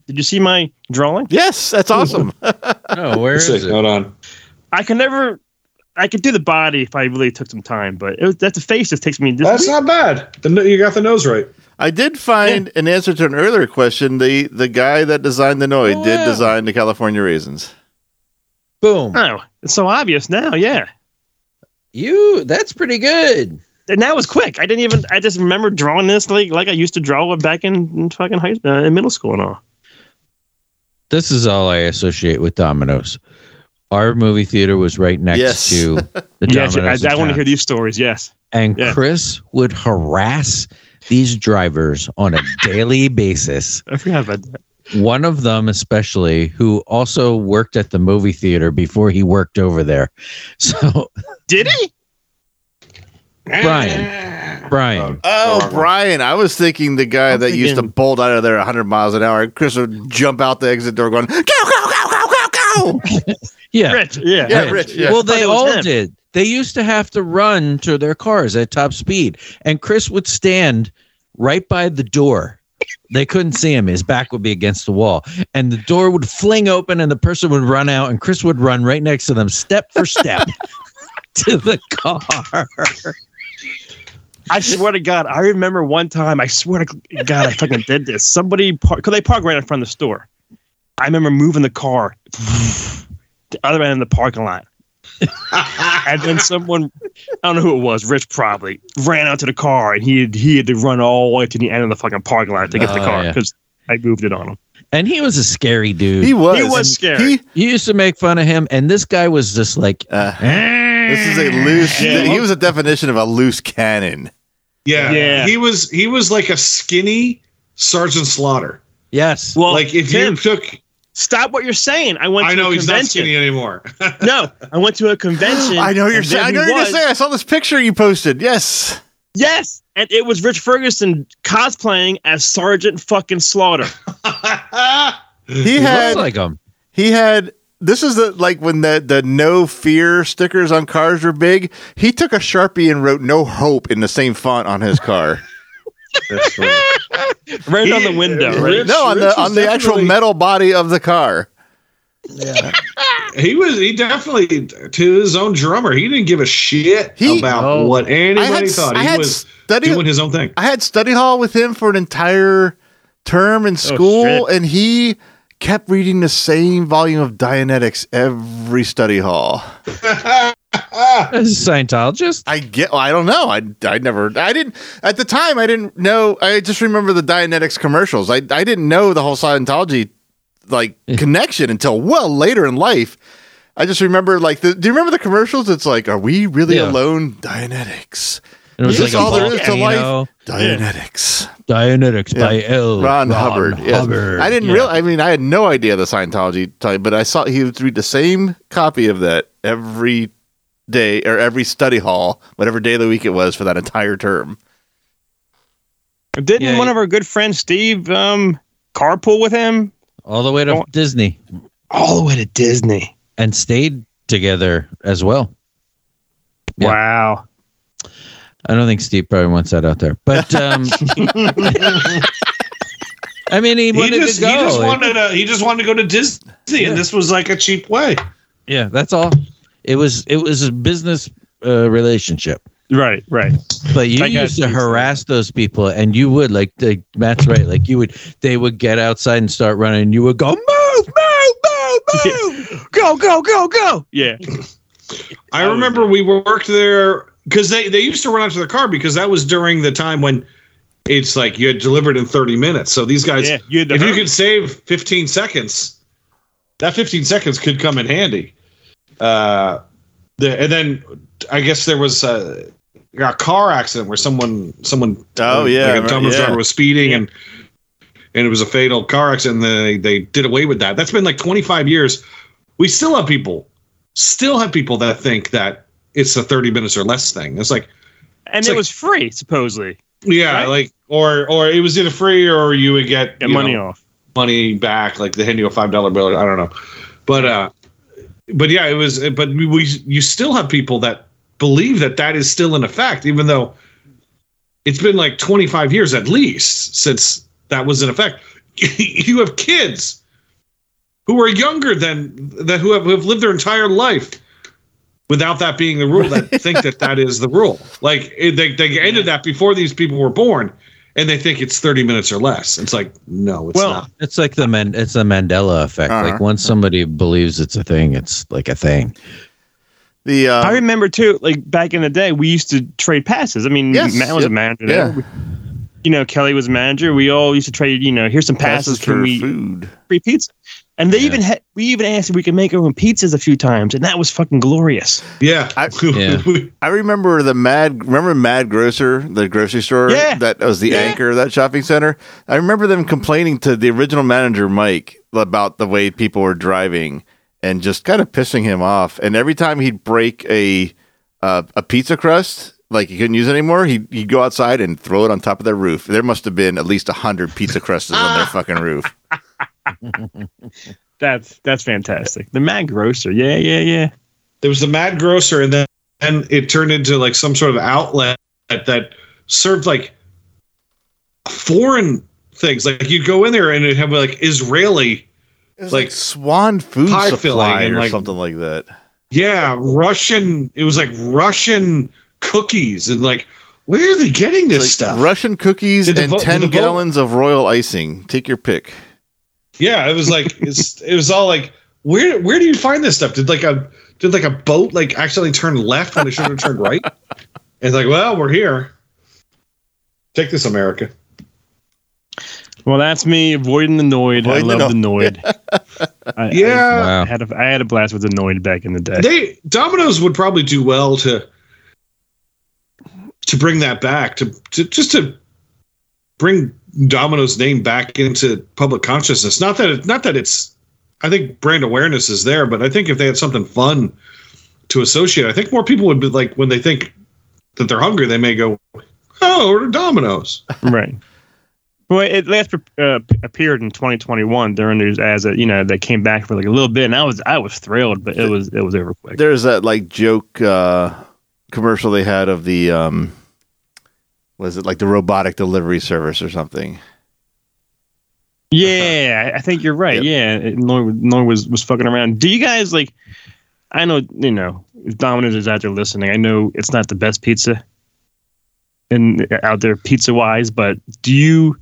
E: did you see my drawing?
C: Yes, that's awesome.
A: No, where
B: Let's
A: is
B: see.
A: it?
B: Hold on.
E: I can never. I could do the body if I really took some time, but it was, that's a face that takes me. This
B: That's not bad. The, no- you got the nose right.
C: I did find an answer to an earlier question. The the guy that designed the Noi did
A: Wow.
C: design the California raisins.
A: Boom.
E: oh, it's so obvious now. Yeah,
A: You. That's pretty good.
E: and that was quick. I didn't even. I just remember drawing this like like I used to draw it back in, in fucking high uh, in middle school and all.
A: This is all I associate with Domino's. Our movie theater was right next
C: Yes.
A: to the
E: Yeah,
A: Domino's.
E: I,
A: in
E: I want to
A: town.
E: hear these stories. Yes,
A: And
E: Yeah.
A: Chris would harass these drivers on a daily basis.
E: I forgot about that.
A: One of them, especially, who also worked at the movie theater before he worked over there. So,
E: Did he?
A: Brian, Brian,
C: Oh, Brian, I was thinking the guy
E: I'm
C: that used to
E: thinking-
C: bolt out of there 100 miles an hour. Chris would jump out the exit door going, go, go, go, go, go, go.
A: yeah,
E: Rich. Yeah.
C: Yeah, Rich, yeah.
A: Well,
E: But
A: they
E: it was
A: all
E: him.
A: did. They used to have to run to their cars at top speed, and Chris would stand right by the door. They couldn't see him. His back would be against the wall, and the door would fling open, and the person would run out, and Chris would run right next to them, step for step, to the car.
E: I swear to God, I remember one time. I swear to God, I fucking did this. Somebody parked because they park right in front of the store. I remember moving the car the other end of the parking lot, and then someone, I don't know who it was, Rich probably, ran out to the car, and he had, he had to run all the way to the end of the fucking parking lot to get the
A: Oh,
E: car
A: yeah.
E: because I moved it on him.
A: And he was a scary dude.
C: He was.
E: was
C: and
E: scared.
C: he-
A: you used to make fun of him, and this guy was just like,
C: uh, this is a loose, he was a definition of a loose cannon.
B: Yeah.
E: Yeah.
B: He was. He was like a skinny Sergeant Slaughter.
A: "Yes,
E: Well,
B: like if
E: Tim,
B: you took.
E: stop what you're saying. I went.
B: I
E: to
B: know
E: a
B: he's not
E: convention.
B: skinny anymore.
E: No, I went to a convention.
C: I know you're
E: and there
C: saying, I
E: he
C: know you're
E: was.
C: just saying, I saw this picture you posted. Yes.
E: Yes, and it was Rich Ferguson cosplaying as Sergeant fucking Slaughter.
C: He
A: he looks
C: had,
A: like him."
C: he had, this is the, like when the, the no fear stickers on cars were big. He took a Sharpie and wrote no hope in the same font on his car.
B: That's right.
E: Right
B: He-
E: on the window.
B: uh,
E: Right?
B: Rich-
C: no, on
B: Rich
C: the,
B: was
C: on the actual
B: definitely-
C: metal body of the car.
B: He was he definitely to his own drummer. He didn't give a shit
C: He-
B: about what anybody
C: s-
B: thought. He
C: had
B: was
C: study,
B: doing his own thing.
C: I had study hall with him for an entire term
B: Oh,
C: in school, and he kept reading the same volume of Dianetics every study hall.
A: As a Scientologist,
C: I get. well, I don't know. I I never. I didn't at the time. I didn't know. I just remember the Dianetics commercials. I I didn't know the whole Scientology like connection until well later in life. I just remember like the. Do you remember the commercials? It's like, are we really
A: Yeah.
C: alone? Dianetics.
A: and it was
C: This
A: like
C: is
A: a
C: all there is to life.
A: volcano.
C: Dianetics.
A: Dianetics by L.
C: Ron, Hubbard. yes.
A: Hubbard.
C: I didn't
A: Yeah.
C: real. I mean, I had no idea the Scientology type, but I saw he would read the same copy of that every day or every study hall, whatever day of the week it was for that entire term.
E: Didn't
A: Yeah,
E: one
A: yeah.
E: of our good friends, Steve, um, carpool with him?
A: all the way to
E: Oh.
A: Disney
E: All the way to Disney.
A: and stayed together as well. Yeah.
E: Wow.
A: I don't think Steve probably wants that out there, but um, I mean, he
B: He
A: wanted
B: just,
A: to
B: he
A: go.
B: just wanted to he just wanted to go to Disney, and this was like a cheap way.
A: yeah, that's all. It was it was a business uh, relationship,
E: Right, right.
A: but you
E: I got
A: used to
E: you.
A: harass those people, and you would like the Matt's right, like you would they would get outside and start running, and you would go move, move, move, move, go, go, go, go.
E: Yeah.
B: I remember we worked there because they they used to run out to their car because that was during the time when it's like you had delivered in thirty minutes. So these guys,
E: Yeah. You had to
B: if you
C: Uh-huh.
E: hurry.
B: could save fifteen seconds, that fifteen seconds could come in handy. Uh, the, and then I guess there was a, a car accident where someone someone uh,
C: Oh, yeah,
B: like a
C: right,
B: Domino's
C: yeah.
B: driver was speeding and and it was a fatal car accident. And they they did away with that. That's been like twenty five years. We still have people, still have people that think that it's a thirty minutes or less thing. It's like
E: and
B: it's
E: it
B: like-
E: was free, supposedly.
B: yeah,
E: Right?
B: like or or it was either free or you would get
E: Get
B: you
E: money
B: know,
E: off.
B: money back, like the Hindu five dollar bill. I don't know, but uh, but yeah, it was. But we, we you still have people that believe that that is still in effect, even though it's been like 25 years at least since that was in effect. you have kids who are younger than that who have, who have lived their entire life without that being the rule that think that that is the rule like it, they, they ended that before these people were born and they think it's 30 minutes or less it's like no it's not
A: It's like the man, it's the Mandela effect.
E: Uh-huh.
A: Like once somebody believes it's a thing, it's like a thing.
C: The
E: I
C: uh,
E: remember too, like back in the day, we used to trade passes. I mean,
C: Yes,
E: Matt was
C: yep,
E: a manager.
C: yeah.
E: There. We- You know, Kelly was a manager. We all used to trade. You know, here's some passes.
C: passes
E: Can
C: for
E: we
C: food.
E: free pizza? And they even had we even asked if we could make our own pizzas a few times, and that was fucking glorious.
B: yeah,
C: I-
A: Yeah.
C: I remember the Mad. Remember Mad Grocer, the grocery store
E: Yeah.
C: that was the anchor of that shopping center. I remember them complaining to the original manager Mike about the way people were driving and just kind of pissing him off. And every time he'd break a uh, a pizza crust, like he couldn't use it anymore, he'd, he'd go outside and throw it on top of their roof. There must have been at least hundred pizza crusts on their fucking roof.
E: That's that's fantastic. The Mad Grocer, yeah, yeah, yeah.
B: there was the mad grocer and then and it turned into like some sort of outlet that, that served like foreign things like you'd go in there and it'd have like israeli
C: It was
B: Like
C: like, Swan Food
B: pie
C: Supply
B: filling and
C: or
B: like-
C: something like that.
B: yeah russian it was like russian cookies and like where are they getting this
C: Like
B: stuff
C: Russian cookies
B: Did the
C: and
B: vo- did the
C: ten
B: vo-
C: gallons of royal icing. Take your pick.
B: Yeah, it was like it's it was all like where where do you find this stuff? Did like a did like a boat like accidentally turn left when it should have turned right? And it's like, well, we're here. Take this, America.
E: Well, that's me avoiding the Noid. I
C: Avoiding the
E: love the Noid. I,
B: Yeah.
E: I,
A: Wow.
E: had a, I had a blast with the Noid back in the day.
B: They Domino's would probably do well to to bring that back to, to just to bring Domino's name back into public consciousness. Not that it, not that it's I think brand awareness is there, but I think if they had something fun to associate, I think more people would be like when they think that they're hungry, they may go, "Oh, order Domino's."
E: right. Well, it last uh, appeared in 2021 during these as a you know they came back for like a little bit, and I was I was thrilled, but it was it was over quick.
C: There's that like joke uh, commercial they had of the um, was it like the robotic delivery service or something?
E: Yeah, I I think you're right.
C: Yep.
E: Yeah, it- Noid, Noid was was fucking around. Do you guys like? I know you know if Domino's is out there listening. I know it's not the best pizza, and out there pizza wise, but do you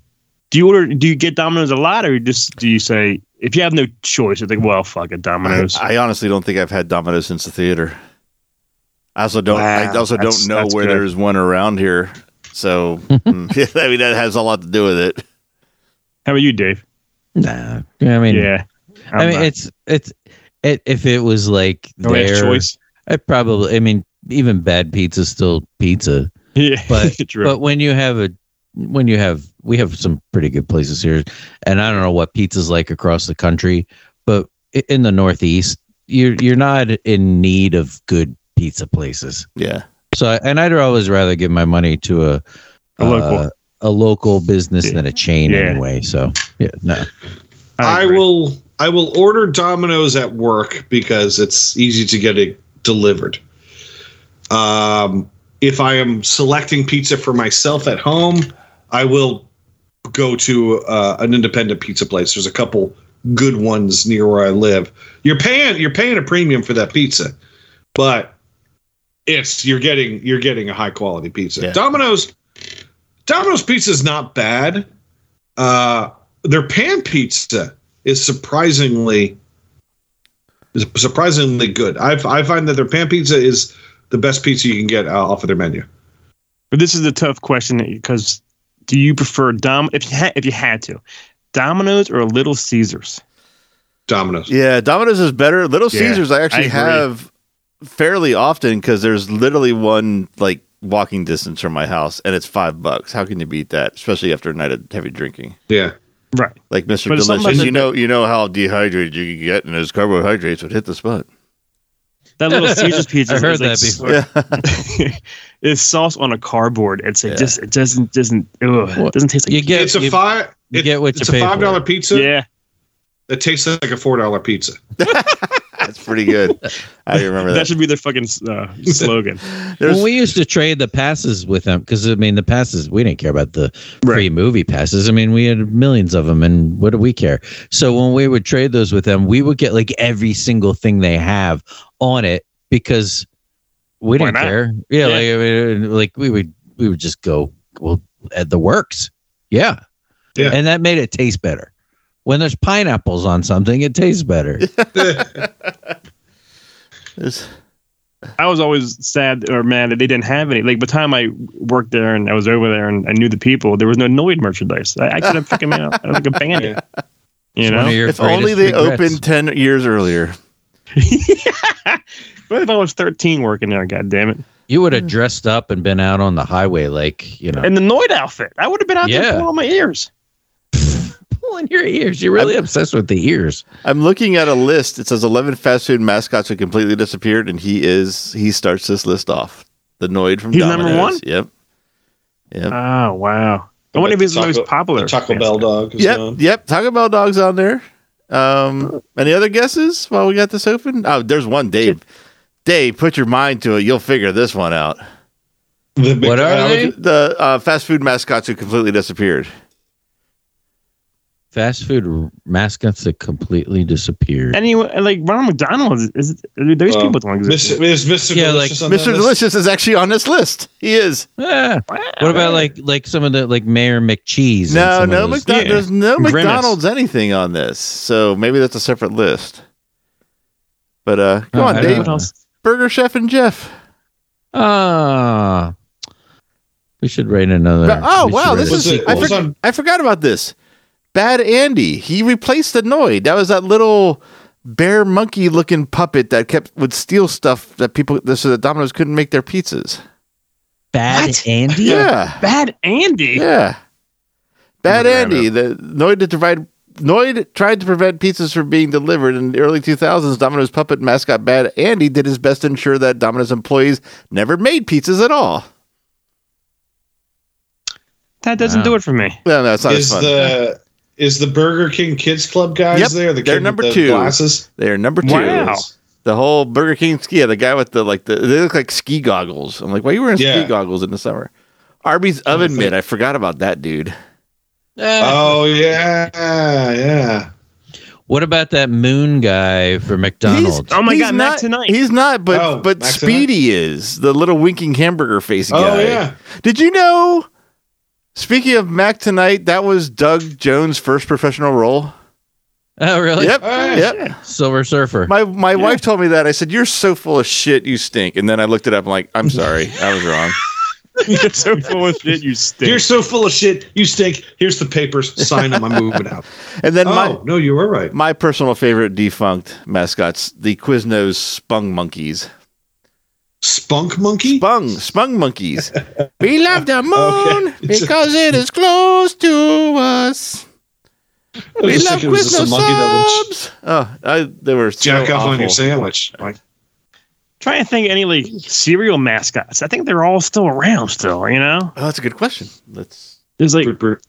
E: do you order do you get Domino's a lot or just do you say if you have no choice you're like well fuck it
C: I,
E: Domino's
C: I honestly don't think I've had Domino's since the theater. I also don't. I
E: Wow,
C: also
E: that's-
C: don't know
E: that's
C: where
E: good.
C: there's one around here. So mm, yeah, I mean that has a lot to do with it.
E: how about you Dave
A: Nah, I mean,
E: yeah
A: I
E: I'm
A: mean,
E: not-
A: it's it's it, if it was like
E: do I have
A: their
E: choice
A: I probably, I mean, even bad pizza's still pizza.
E: yeah
A: But-
E: true
A: But when you have a, when you have, we have some pretty good places here, and I don't know what pizza's like across the country, but i- in the Northeast, you're you're not in need of good pizza places.
C: Yeah,
A: So, I- and I'd always rather give my money to a
E: A local.
A: uh, a local business than a chain
E: Yeah.
A: anyway. So, yeah, no,
B: I,
E: agree.
B: will I will order Domino's at work because it's easy to get it delivered. Um, if I am selecting pizza for myself at home, I will go to uh, an independent pizza place. There's a couple good ones near where I live. You're paying you're paying a premium for that pizza, but it's you're getting you're getting a high quality pizza.
C: Yeah.
B: Domino's Domino's pizza is not bad. Uh, their pan pizza is surprisingly is surprisingly good. I I find that their pan pizza is the best pizza you can get uh, off of their menu.
E: But this is a tough question because do you prefer Dom if you ha- if you had to, Domino's or Little Caesars?
B: Domino's.
C: yeah. Domino's is better. Little
E: Yeah,
C: Caesars I
E: I
C: actually
E: agree.
C: have fairly often because there's literally one like walking distance from my house, and it's five bucks. How can you beat that? Especially after a night of heavy drinking.
B: Yeah.
E: Right.
C: Like Mr.
E: But it's not
C: Delicious,
E: like
C: you know, you know how dehydrated you can get, and those carbohydrates would hit the spot.
E: That Little Caesars pizza.
A: I heard
E: is like
A: that
E: s-
A: before.
E: is sauce on a cardboard. It's it
C: Yeah.
E: just it doesn't doesn't ugh,
A: Well,
E: it doesn't taste like
A: You get
B: it's a
A: you-
B: five.
A: you
B: it-
A: get what you
B: it's
A: pay
B: a
A: for.
B: five dollar pizza
E: yeah.
B: that tastes like a four dollar pizza.
C: That's pretty good. I remember
E: That
C: that.
E: should be their fucking uh, slogan.
C: There's-
A: when we used to trade the passes with them, because I mean, the passes we didn't care about the free movie passes. I mean, we had millions of them, and what do we care? So when we would trade those with them, we would get like every single thing they have on it because we
E: Why
A: didn't
E: not?
A: care. Yeah,
E: Yeah.
A: Like, I mean, like we would we would just go well at the works. Yeah,
B: Yeah.
A: and that made it taste better. When there's pineapples on something, it tastes better.
C: there's-
E: I was always sad or mad that they didn't have any. Like by the time I worked there and I was over there and I knew the people, there was no Noid merchandise. I, I could have fucking made out like a bandit. You
A: One of
E: know,
A: your
C: if only
A: greatest
C: they
A: regrets.
C: opened 10 years earlier.
E: what if I was thirteen working there? God damn it!
A: You would have dressed up and been out on the highway, like you know,
E: In the Noid outfit, I would have been out
A: Yeah.
E: there pulling on my ears.
A: pulling your ears. You're really obsessed with the ears.
C: I'm looking at a list. It says 11 fast food mascots who completely disappeared, and he is he starts this list off. The Noid from
E: He's number
C: Domino's.
E: one?
C: Yep. Yep.
E: Oh wow! I wonder if he's the most popular.
B: Taco Bell dog. Is
C: yep.
B: known.
C: Yep. Taco Bell dogs on there. Um, any other guesses while we got this open? Oh, there's one, Dave. Dave, put your mind to it. You'll figure this one out.
B: The
A: What are
B: McDonald's-
A: they?
C: The uh, fast food mascots who completely disappeared.
A: Fast food r- mascots that completely disappeared.
E: Anyway, like Ronald McDonald is, is those
B: Oh.
E: people don't
B: Miss-
E: exist.
B: is Mr.
A: Yeah,
B: Delicious
A: like-
B: on that
C: Mr.
B: list?
C: Delicious is actually on this list. He is.
A: Ah. What about like like some of the like Mayor McCheese? and
C: No,
A: some
C: no
A: of those-
C: McDonald's. There's no
E: Grimace.
C: McDonald's anything on this. So maybe that's a separate list. But uh, come
A: Oh,
C: on,
A: I
E: What
C: Dave.
A: don't-
E: else?
C: Burger Chef and Jeff.
A: Ah, we should rate another.
C: oh
A: we should
C: wow,
A: rate
C: this
A: a
C: is
B: sequel.
C: I,
B: Was
C: forg-
B: on-
C: I forgot about this. Bad Andy. He replaced the Noid. That was that little bear monkey looking puppet that kept would steal stuff that people so that Domino's couldn't make their pizzas.
A: bad Andy.
C: Yeah.
E: Bad Andy.
C: Yeah. Bad Andy, the Noid to provide Noid tried to prevent pizzas from being delivered in the early 2000s. Domino's puppet mascot Bad Andy did his best to ensure that Domino's employees never made pizzas at all.
E: That doesn't
A: Wow.
E: do it for me.
C: No, no, it's not
B: is
C: as fun.
B: the is the Burger King Kids Club guys
C: Yep,
B: there? The
C: they're
B: kid with
C: number
B: the
C: two.
B: Glasses.
C: They're number two.
E: Wow.
C: The whole Burger King ski, yeah, the guy with the like the they look like ski goggles. I'm like, why are you wearing
B: Yeah.
C: ski goggles in the summer? Arby's oven mitt. I forgot about that dude.
B: Oh yeah, yeah.
A: Ah, What about that Moon guy for McDonald's?
E: Oh my
C: he's
E: God,
C: not,
E: Mac tonight.
C: He's not, but
B: Oh,
C: but
B: Mac Tonight?
C: Speedy is the little winking hamburger face guy.
B: Oh yeah.
C: Did you know? Speaking of Mac tonight, that was Doug Jones' first professional role.
A: oh really?
C: Yep,
B: Hey.
C: yep.
A: Silver Surfer.
C: My my wife told me that. I said, "You're so full of shit, you stink." And then I looked it up. I'm like, "I'm sorry, I was wrong."
E: You're so full of shit. You stink.
B: You're so full of shit. You stink. Here's the papers. Sign them. I'm moving out.
C: And then my
B: Oh no, you were right.
C: My personal favorite defunct mascots, the Quiznos Spung Monkeys.
B: Spunk monkey.
C: Spung, Spung Monkeys. we love the moon
B: Okay.
C: because it is close to us.
B: I
C: We
B: was
C: love
B: just thinking it was just a
C: Quiznos
B: monkey that would
C: subs. Oh, I, they were so
B: jack off
C: awful.
B: on your sandwich. Like,
E: trying to think of any like cereal mascots. I think they're all still around still, you know?
C: Oh, that's a good question. Let's.
E: There's like
B: brr, brr.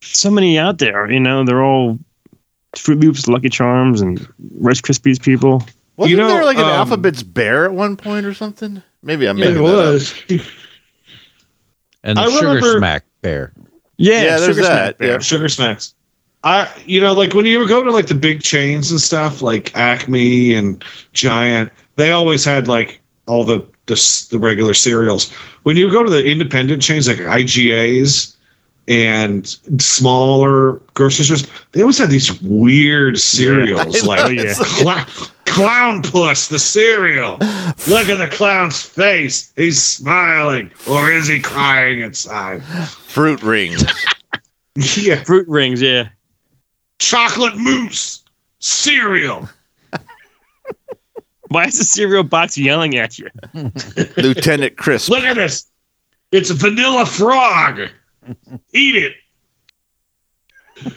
E: so many out there, you know, they're all Fruit Loops, Lucky Charms, and Rice Krispies people.
C: Wasn't
B: You know,
C: there like an
B: um,
C: Alphabet's bear at one point or something? Maybe I'm
B: it
C: making that up.
B: was.
A: and the
B: I
A: Sugar
B: remember-
A: Smack Bear.
C: Yeah, there's
E: Sugar Smack
C: that.
E: Bear.
C: Yeah.
B: Sugar snacks. I, you know, like when you go to like the big chains and stuff, like Acme and Giant, they always had like all the the, s- the regular cereals. When you go to the independent chains like IGAs and smaller grocery stores, they always had these weird cereals
C: I
B: like oh,
C: know,
E: yeah.
B: cla- Clown Puss, the cereal. Look at the clown's face. He's smiling, or is he crying inside?
C: Fruit rings.
B: Yeah
E: Fruit rings, yeah.
B: chocolate mousse, cereal.
E: Why is the cereal box yelling at you?
C: Lieutenant Crisp.
B: Look at this. It's a vanilla frog. Eat it.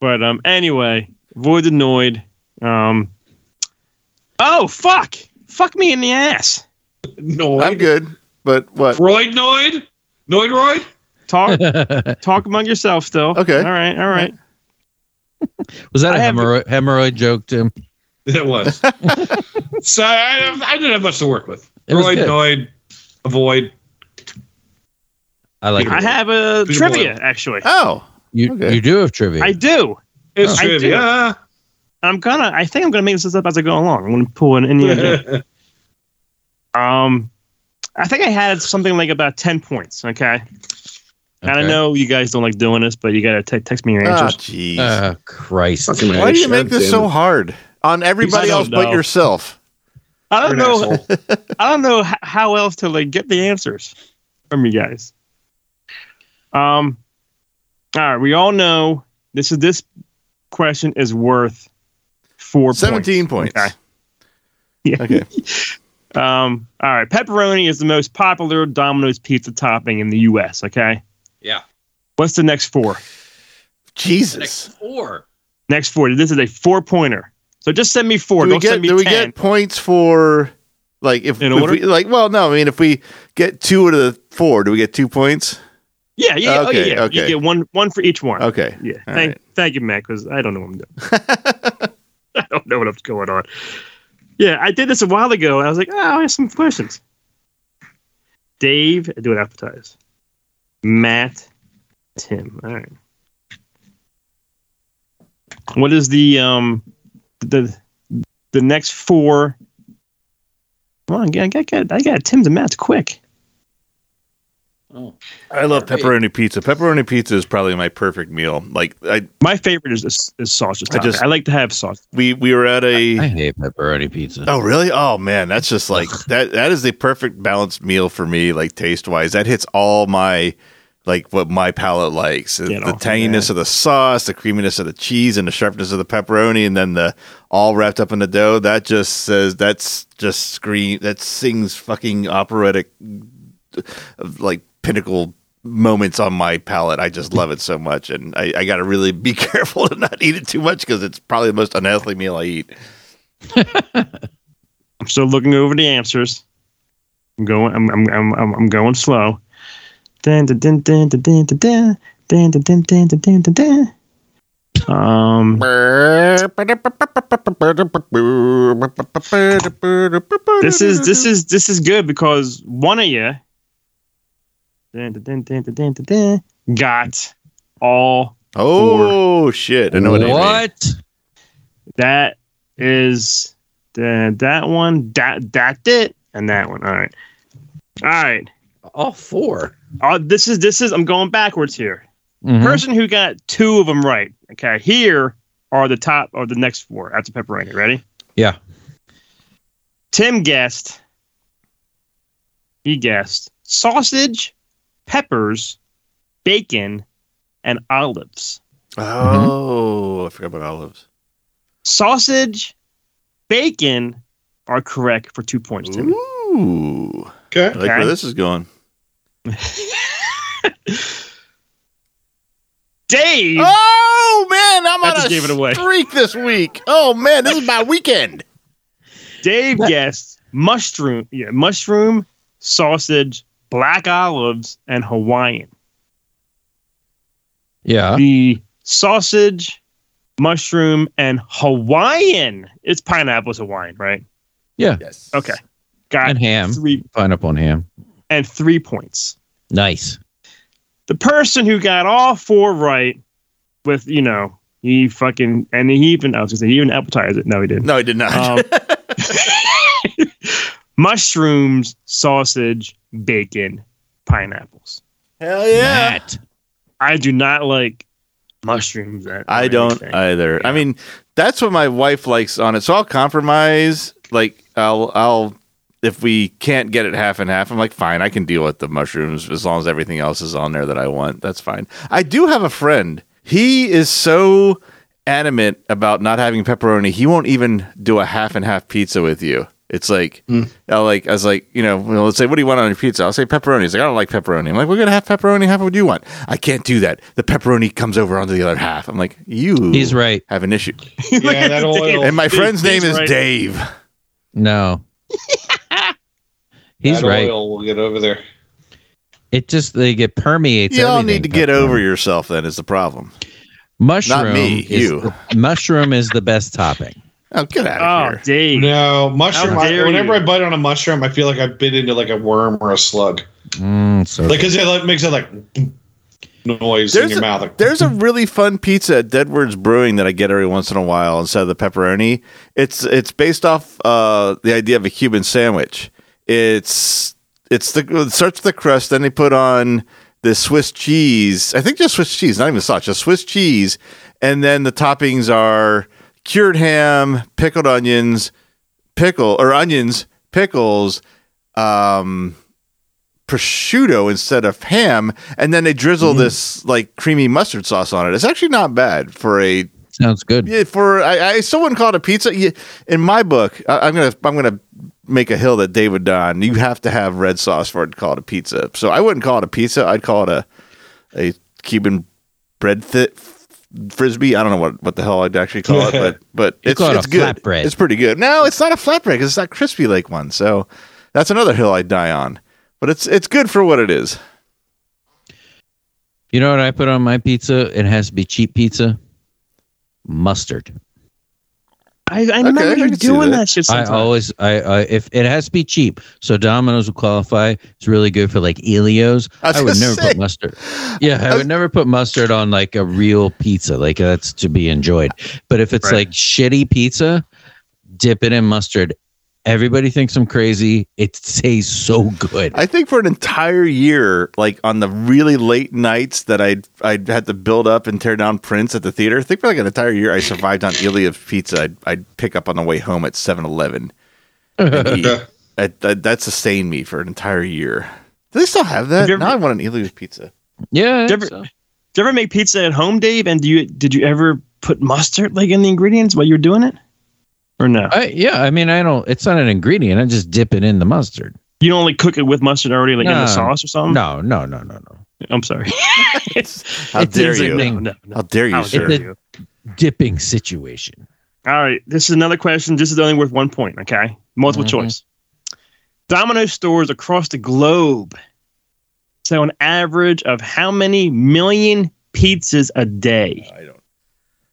E: But um anyway, Void Annoyed. Um Oh fuck! Fuck me in the ass.
B: Noid.
C: I'm good, but what?
B: Roid Noid? Noid Roid?
E: Talk talk among yourself still.
C: Okay.
E: All right, all right.
A: Was that a
E: I have-
A: hemorrhoid, hemorrhoid joke, Tim?
B: It was. so I, I didn't have much to work with.
A: It was
B: Roid,
A: good.
B: Noid, Avoid.
A: I like
E: I
A: it.
E: have a
B: Peter
E: trivia,
B: Boyle.
E: actually.
C: Oh,
A: You,
C: okay.
A: you do have trivia.
E: I do.
B: It's
E: I do.
B: trivia.
E: I'm gonna. I think I'm gonna make this up as I go along. I'm gonna pull an Indiana. Jones. um, I think I had something like about ten points. Okay, and I
A: Okay.
E: know you guys don't like doing this, but you gotta te- text me your
C: Ah,
E: answers.
C: jeez.
A: Oh, Christ.
B: Fucking
C: Why do you
B: Irish,
C: make this so
B: goddamn
C: hard on everybody
E: I don't
C: else but
E: know.
C: yourself?
E: I
B: it.
E: don't
B: You're an
E: know.
B: asshole.
E: I don't know h- how else to like get the answers from you guys. Um, all right. We all know this is this question is worth four points.
C: Seventeen points.
E: Okay. Yeah.
C: Okay.
E: Um, all right. Pepperoni is the most popular Domino's pizza topping in the U.S. Okay.
B: Yeah.
E: What's the next four?
C: Jesus.
A: Or
E: Next four. This is a four pointer. So just send me four.
C: do we
E: Don't
C: get
E: send me
C: do we
E: ten.
C: get points for like if,
E: In
C: if
E: order?
C: we like well no I mean if we get two out of the four do we get two points?
E: yeah, yeah, oh, yeah,
C: Okay,
E: yeah.
C: okay.
E: You get one one for each one.
C: Okay.
E: Yeah.
C: All
E: Thank
C: right.
E: thank you, Matt, because I don't know what I'm doing. I don't know what's going on. Yeah, I did this a while ago. And I was like, oh, I have some questions. Dave, I do it appetize. Matt, Tim. All right. What is the um the the next four? Come on, I got, I got, I got Tim's and Matt's quick.
C: I love pepperoni pizza. Pepperoni pizza is probably my perfect meal. Like I
E: My favorite is, is, is sausage.
C: I
E: topping. I,
C: just-
E: like to have sausage.
C: we we were at
A: I
C: a
A: hate pepperoni pizza.
C: Oh really? Oh man, that's just like that that is the perfect balanced meal for me like taste-wise. That hits all my like what my palate likes. Uh,
E: Get
C: the
E: off
C: tanginess of the sauce, the creaminess of the cheese and the sharpness of the pepperoni and then the all wrapped up in the dough. That just says that's just scream that sings fucking operatic of, like pinnacle moments on my palate. I just love it so much, and I, I got to really be careful to not eat it too much because it's probably the most unhealthy meal I eat.
E: I'm still looking over the answers. I'm going. I'm. I'm. I'm. I'm, I'm going slow. Dun, dun, dun, dun, dun, dun, dun, dun. Dun, dun, dun, dun, dun, dun, dun, dun. Um, this is this is this is good because one of you dun, dun, dun, dun, dun, dun, dun, dun, got all
C: Oh shit! I know what. I mean.
A: what?
E: that is the that one that that it and that one. All right, all right.
A: All 4
E: Uh, this is this is I'm going backwards here.
A: Mhm.
E: Person who got two of them right. Okay, here are the top or the next four after pepperoni. Ready?
A: Yeah.
E: Tim guessed. He guessed sausage, peppers, bacon, and olives.
C: Oh, I forgot about olives.
E: Sausage, bacon are correct for two points. Tim.
C: Ooh, I
B: Okay.
C: like
E: Okay.
C: where this is going.
E: Dave,
C: Oh man, I'm
E: That
C: on
E: just
C: a
E: gave it away.
C: streak this week. Oh man, this is my weekend.
E: Dave guessed mushroom. Yeah, mushroom, sausage, black olives, and Hawaiian.
A: Yeah.
E: the sausage, mushroom, and Hawaiian. It's pineapples Hawaiian, right?
C: Yes.
E: Okay. Got
A: And ham.
E: three
A: Pineapple and ham.
E: and three points.
A: Nice.
E: The person who got all four right with, you know, he fucking and he even I was gonna say he even appetized it. No, he didn't.
C: No, I did not.
E: Um, mushrooms, sausage, bacon, pineapples.
C: Hell yeah.
A: Matt.
E: I do not like mushrooms. at-
C: I
E: or
C: don't
E: anything.
C: either. I mean, that's what my wife likes on it. So I'll compromise. Like I'll I'll if we can't get it half and half, I'm like, fine, I can deal with the mushrooms as long as everything else is on there that I want. That's fine. I do have a friend. He is so adamant about not having pepperoni. He won't even do a half and half pizza with you. It's like,
A: Hmm.
C: I like, I was like, you know, well, let's say, what do you want on your pizza? I'll say pepperoni. He's like, I don't like pepperoni. I'm like, we're gonna have pepperoni. Half. What do you want? I can't do that. The pepperoni comes over onto the other half. I'm like, you.
A: He's right.
C: Have an issue.
E: Look
B: Yeah,
E: at
B: that
E: Dave.
B: oil.
C: And my
E: Dave-
C: friend's name
E: Dave's
C: is
E: right.
C: Dave.
A: No. He's
B: That
A: right.
B: Oil will get over there.
A: It just like it permeates.
C: Y'all
A: everything,
C: need to get
A: pepperoni.
C: over yourself. Then is the problem.
A: Mushroom.
C: Not me,
A: is
C: you.
A: the- mushroom is the best topping.
C: Oh, get out of
E: Oh,
C: here.
E: Dave.
B: No mushroom.
E: How
B: I,
E: dare
B: whenever
E: you.
B: I bite on a mushroom, I feel like I bit into like a worm or a slug.
A: Mm, so
B: Like because it like, makes that like noise in
C: There's
B: your
C: a,
B: mouth. Like,
C: there's a really fun pizza at Deadward's Brewing that I get every once in a while instead of the pepperoni. It's it's based off uh, the idea of a Cuban sandwich. It's it's the it starts with the crust, then they put on the Swiss cheese. I think just Swiss cheese, not even sauce, just Swiss cheese, and then the toppings are cured ham, pickled onions, pickle or onions, pickles, um, prosciutto instead of ham, and then they drizzle this like creamy mustard sauce on it. It's actually not bad for a
A: sounds good.
C: yeah, for I, I someone called a pizza. Yeah, in my book, I, I'm gonna I'm gonna make a hill that David Don. You have to have red sauce for it to call it a pizza. So I wouldn't call it a pizza. I'd call it a a Cuban bread thi- frisbee. I don't know what, what the hell I'd actually call it, but but
A: You
C: it's
A: call it
C: it's
A: a
C: good.
A: flatbread.
C: It's pretty good. No, it's not a flatbread. 'cause It's not crispy like one. So that's another hill I'd die on. But it's it's good for what it is.
A: You know what I put on my pizza? It has to be cheap pizza. Mustard.
E: I, I remember
C: I
E: you
C: can see
E: doing
C: that.
E: that, shit
A: I
E: sometimes.
A: always, I, I, if it has to be cheap, so Domino's will qualify. It's really good for like Elio's.
C: I was
A: I, would
C: gonna
A: never
C: say.
A: put mustard. Yeah, I,
C: was-
A: would never put mustard on like a real pizza. Like that's to be enjoyed. But if it's
E: Right.
A: like shitty pizza, dip it in mustard. Everybody thinks I'm crazy. It tastes so good.
C: I think for an entire year, like on the really late nights that I'd I'd had to build up and tear down prints at the theater. I think for like an entire year, I survived on Ilya's pizza. I'd, I'd pick up on the way home at 7-Eleven. and eat. that, that, that sustained me for an entire year. Do they still have that?
E: Have you ever-
C: now I want an Ilya's pizza.
A: yeah,
E: Did you, ever,
A: it's-
E: did you ever make pizza at home, Dave? And do you did you ever put mustard like in the ingredients while you were doing it, or no?
A: I, yeah. I mean, I don't. It's not an ingredient. I just dip it in the mustard.
E: You don't like cook it with mustard already, like in
A: No.
E: the sauce or something.
C: Um,
A: No, no, no, no, no.
E: I'm sorry.
C: How
A: It's
C: dare
A: easy
C: you?
A: thing.
E: no,
C: How dare you,
E: How
C: sir?
A: dare you. Dipping situation.
E: All right, this is another question. This is only worth one point. Okay, multiple
A: Mhm.
E: choice. Domino stores across the globe sell an average of how many million pizzas a day?
C: I don't.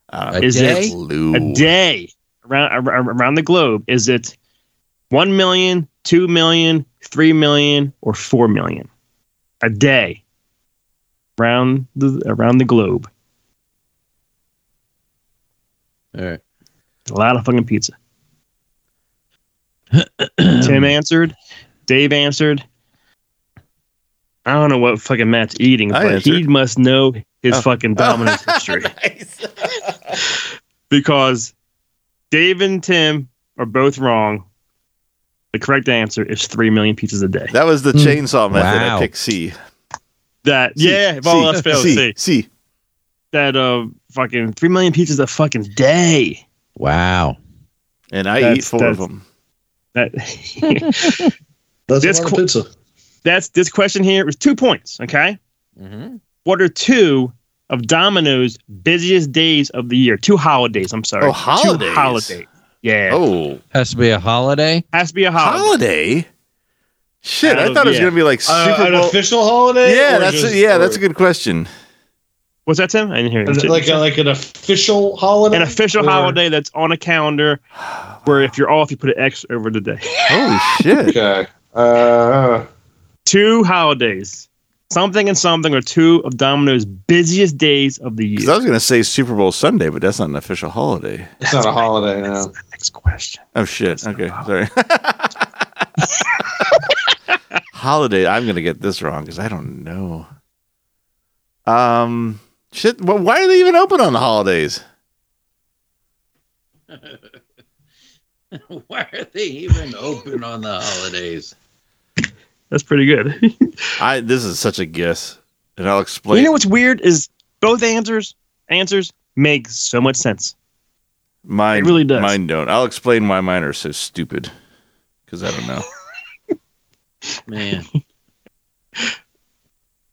C: I
A: A
C: don't
E: Is
A: day?
E: it
C: Clue.
E: a day around ar- ar- around the globe is it 1 million 2 million 3 million or 4 million a day around the around the globe
A: All right.
E: a lot of fucking pizza tim answered dave answered i don't know what fucking matt's eating
C: I
E: but he
C: answered.
E: must know his
C: Oh.
E: fucking dominance history because Dave and Tim are both wrong. The correct answer is three million pieces a day.
C: That was the chainsaw method.
A: Wow.
C: I picked C.
E: That
C: C,
E: yeah, if all else fails,
C: C,
E: see.
C: C.
E: that uh fucking three million pieces a fucking day.
A: Wow.
C: And I
E: That's-
C: eat four of
E: that's-
C: them.
E: That
B: That's
E: This
B: a lot
E: qu-
B: of pizza.
E: that's this question here is two points. Okay,
C: Mm-hmm.
E: what are two of Domino's busiest days of the year? Two holidays. I'm sorry.
C: Oh,
E: Two
C: holidays.
E: holidays. Yeah,
C: Oh,
A: Has to be a holiday.
E: has to be a holiday.
C: holiday. Shit,
E: Um, Out
C: I
E: of-
C: thought it was
E: yeah.
C: gonna be like
B: Uh,
C: Super
B: an
C: Bowl.
B: official holiday?
C: Yeah,
B: or
C: that's
B: just-
C: a, yeah,
B: or-
C: that's a good question.
E: What's that, Tim? I didn't hear
B: Is
E: it.
B: it like a, like an official holiday?
E: an official
B: Or-
E: holiday that's on a calendar where if you're off you put an x over the day
C: Holy shit!
B: Okay. Uh,
E: two holidays something and something are two of domino's busiest days of the
C: 'Cause
E: year
C: I was gonna say Super Bowl Sunday, but that's not an official holiday.
B: it's not a holiday now.
E: next question
C: Oh shit! Okay, sorry. holiday. I'm gonna get this wrong because I don't know. Um, shit. Well, why are they even open on the holidays?
A: Why are they even open on the holidays?
E: that's pretty good
C: I this is such a guess, and I'll explain.
E: you know what's weird is both answers answers make so much sense
C: Mine
E: It really does.
C: Mine don't. I'll explain why mine are so stupid. Because I don't know.
A: Man,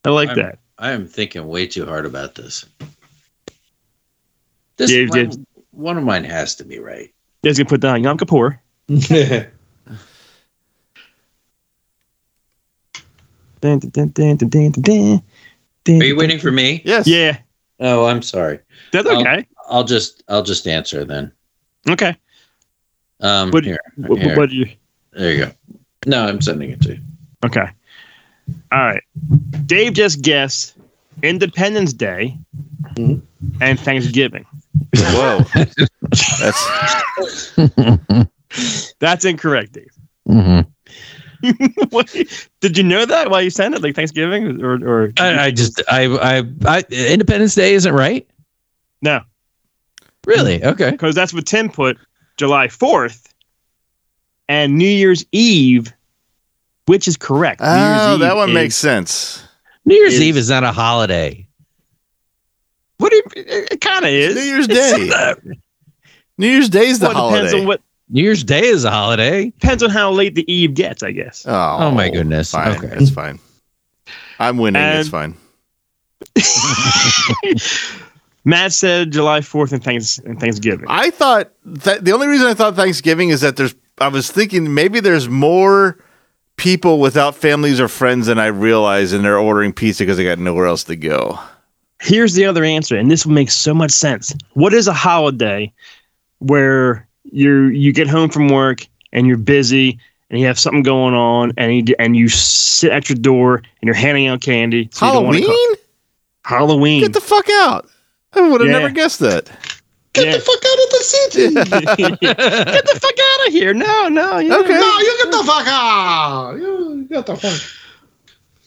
E: i like
A: I'm-
E: that
A: I am thinking way too hard about this. This
E: Dave,
A: one,
E: Dave.
A: one of mine has to be right.
E: Dave's gonna put down yom kippur Dun, dun, dun, dun, dun, dun, dun, dun.
A: Are you waiting for me?
C: yes.
E: yeah
A: Oh, I'm sorry.
E: that's
A: Um,
E: okay
A: I'll just I'll just answer then.
E: okay
A: Um,
E: What-
A: here,
E: What,
A: here.
E: what do you?
A: there you go. No, I'm sending it to you.
E: Okay. All right. Dave just guessed Independence Day
C: Mm-hmm.
E: and Thanksgiving.
C: Whoa. That's
E: That's incorrect, Dave.
A: Mhm.
E: What- Did you know that while you sent it, like Thanksgiving or, or
A: I, I just, I, I, I, Independence Day isn't right.
E: no?
A: Really? Okay.
E: Because that's what Tim put, July fourth, and New Year's Eve, which is correct. New Year's
C: oh,
E: Eve
C: that one
E: is-
C: makes sense.
A: New Year's
E: Is-
A: Eve is not a holiday.
E: What do you, it, it kind of is.
C: New Year's
E: It's
C: Day.
E: not-
C: New Year's Day's the
E: well, it depends on
C: holiday.
E: what
A: New Year's Day is a holiday.
E: depends on how late the eve gets, I guess.
C: oh,
A: Oh, my goodness.
C: Fine.
A: Okay.
C: It's fine. I'm winning. it's
E: And-
C: fine.
E: Matt said July fourth and thanks and Thanksgiving.
C: I thought that the only reason I thought Thanksgiving is that there's I was thinking maybe there's more people without families or friends than I realize and they're ordering pizza because they got nowhere else to go.
E: Here's the other answer, and this makes so much sense. What is a holiday where you you get home from work and you're busy and you have something going on and you, and you sit at your door and you're handing out candy? so you don't wanna
C: Halloween?
E: cook? Halloween.
C: Get the fuck out. I would have
E: Yeah.
C: never guessed that.
B: Get
E: Yeah.
B: the fuck out of the city.
E: Get the fuck out of here! No, no. Yeah.
C: Okay.
B: No, you get the fuck out. You get the fuck.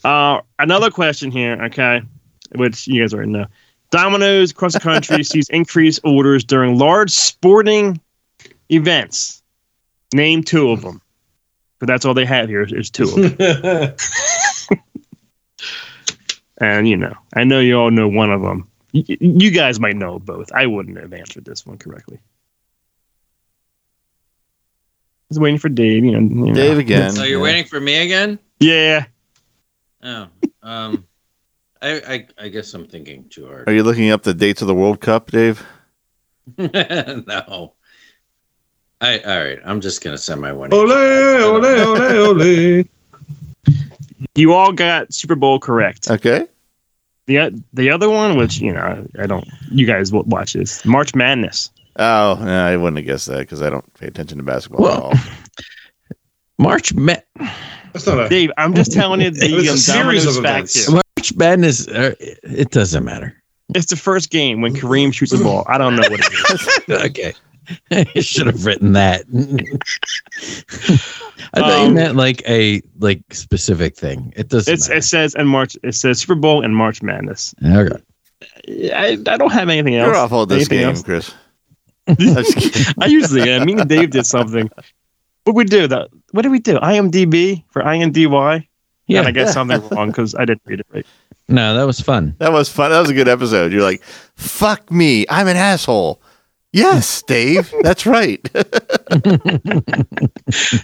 E: Uh, another question here, okay, which you guys already know. Domino's across the country sees increased orders during large sporting events. Name two of them, but that's all they have here is, is two of them. and you know, I know you all know one of them. Y- y- you guys might know both. I wouldn't have answered this one correctly. I was waiting for Dave. You know, you know.
C: Dave again.
A: So you're waiting for me again?
E: Yeah.
A: Oh, um, I, I, I guess I'm thinking too hard.
C: Are you looking up the dates of the World Cup, Dave?
A: no. I all right. I'm just gonna send my one.
B: Ole, ole, ole, ole.
E: You all got Super Bowl correct.
C: Okay.
E: The the other one, which you know, I don't. You guys will watch this March Madness.
C: Oh, no, I wouldn't have guessed that because I don't pay attention to basketball at
A: Well,
C: all.
A: March Ma-
B: That's not a.
E: Dave, I'm just telling you the
B: It's a
E: um,
B: series
E: Domino's
B: of
E: fact
B: events.
E: here.
A: March Madness. Uh, it doesn't matter.
E: It's the first game when Kareem shoots a ball. I don't know what it is.
A: Okay. I should have written that. I thought you
E: Um,
A: meant like a like specific thing. It doesn't.
E: It's,
A: matter.
E: it says and March. It says Super Bowl and March Madness.
A: okay.
E: I, I don't have anything else.
C: You're awful at this
E: Anything
C: game,
E: else?
C: Chris. I'm just kidding.
E: I usually am. Me and Dave did something. What we do? That what did we do? IMDb for INDY. Yeah, and I got something wrong because I didn't read it right.
A: No, that was fun.
C: that was fun. That was a good episode. You're like, fuck me. I'm an asshole. Yes, Dave. That's right.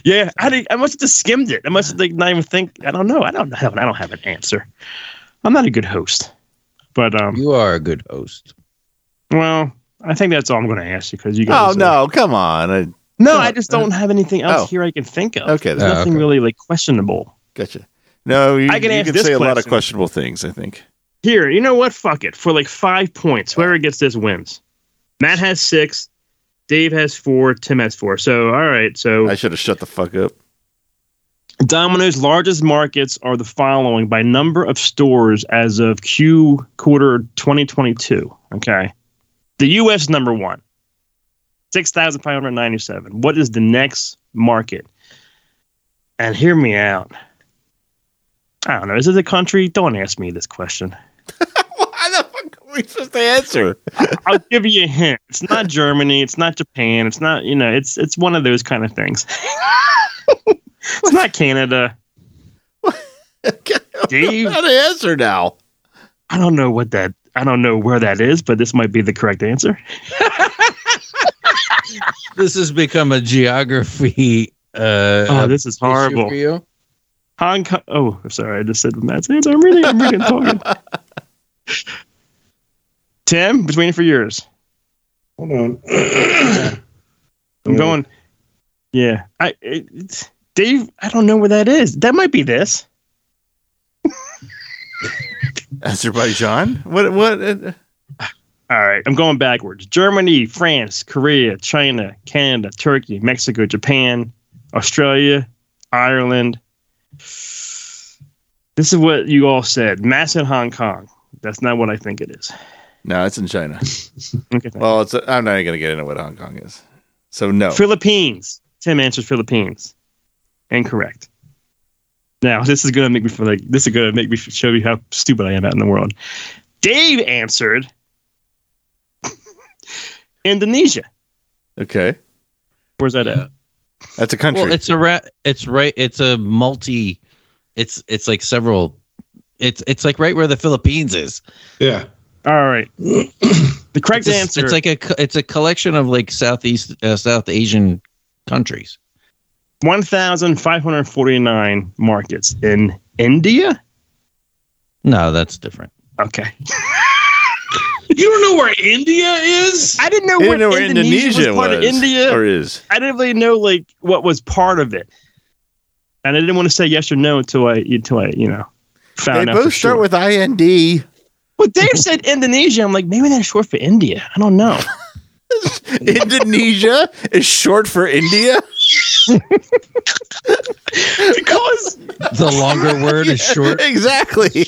E: Yeah, I did, I must have just skimmed it. I must have like, not even think. I don't know. I don't have. I don't have an answer. I'm not a good host. But um,
A: You are a good host.
E: well, I think that's all I'm going to ask you because you
C: oh
E: guys. are-
C: no, come on. I
E: no, I just don't have anything else
C: Oh.
E: here I can think of.
C: Okay,
E: there's
A: then. Oh,
E: nothing
A: okay.
E: really like questionable
C: gotcha. No, you,
E: I can
C: you
E: ask
C: can
E: this
C: say a lot of
E: question.
C: questionable things, I think.
E: here. You know what? Fuck it. For like five points, whoever gets this wins. Matt has six. Dave has four. Tim has four. So all right. So
C: I should have shut the fuck up.
E: Domino's largest markets are the following by number of stores as of Q quarter 2022. Okay. The US number one, 6,597. What is the next market? And hear me out. I don't know. Is it the country? Don't ask me this question.
C: Why the fuck are we supposed to answer?
E: I'll give you a hint. It's not Germany. It's not Japan. It's not, you know, it's it's one of those kind of things. it's not Canada. Dave.
C: How to answer now?
E: I don't know what that. I don't know where that is, but this might be the correct answer.
A: This has become a geography. Uh,
E: Oh, this is horrible.
A: For you.
E: Hong Kong. Oh, I'm sorry. I just said Matt's answer. I'm really, I'm really talking. Tim, between for yours.
B: Hold on.
E: I'm
B: Yeah.
E: going. Yeah, I it, it's- Dave. I don't know where that is. That might be this.
C: Azerbaijan? What? What? uh,
E: All right, I'm going backwards. Germany, France, Korea, China, Canada, Turkey, Mexico, Japan, Australia, Ireland. This is what you all said. Mass in Hong Kong. That's not what I think it is.
C: No, it's in China.
E: Okay, thanks.
C: Well, it's. I'm not even gonna get into what Hong Kong is. So no.
E: Philippines. Tim answers Philippines. Incorrect. Now this is gonna make me feel like this is gonna make me show you how stupid I am out in the world. Dave answered Indonesia.
C: Okay,
E: Where's that at?
C: that's a country.
A: Well, it's a ra- it's right. It's a multi. It's it's like several. It's it's like right where the Philippines is.
B: Yeah.
E: All right. The correct
A: it's a-
E: answer.
A: It's like a co- it's a collection of like southeast uh, South Asian countries.
E: 1,549 markets in India.
A: No, that's different.
E: Okay.
B: You don't know where India is?
E: I didn't know,
C: I
E: where,
C: didn't know where
E: Indonesia, was part of India.
C: or is.
E: I didn't really know like what was part of it, and I didn't want to say yes or no until I until I you know
C: They
E: found out. for
C: both start
E: sure.
C: with ind.
E: Well, Dave said Indonesia. I'm like maybe that's short for India. I don't know.
C: Indonesia is short for India.
E: because
A: The longer word is short.
C: exactly.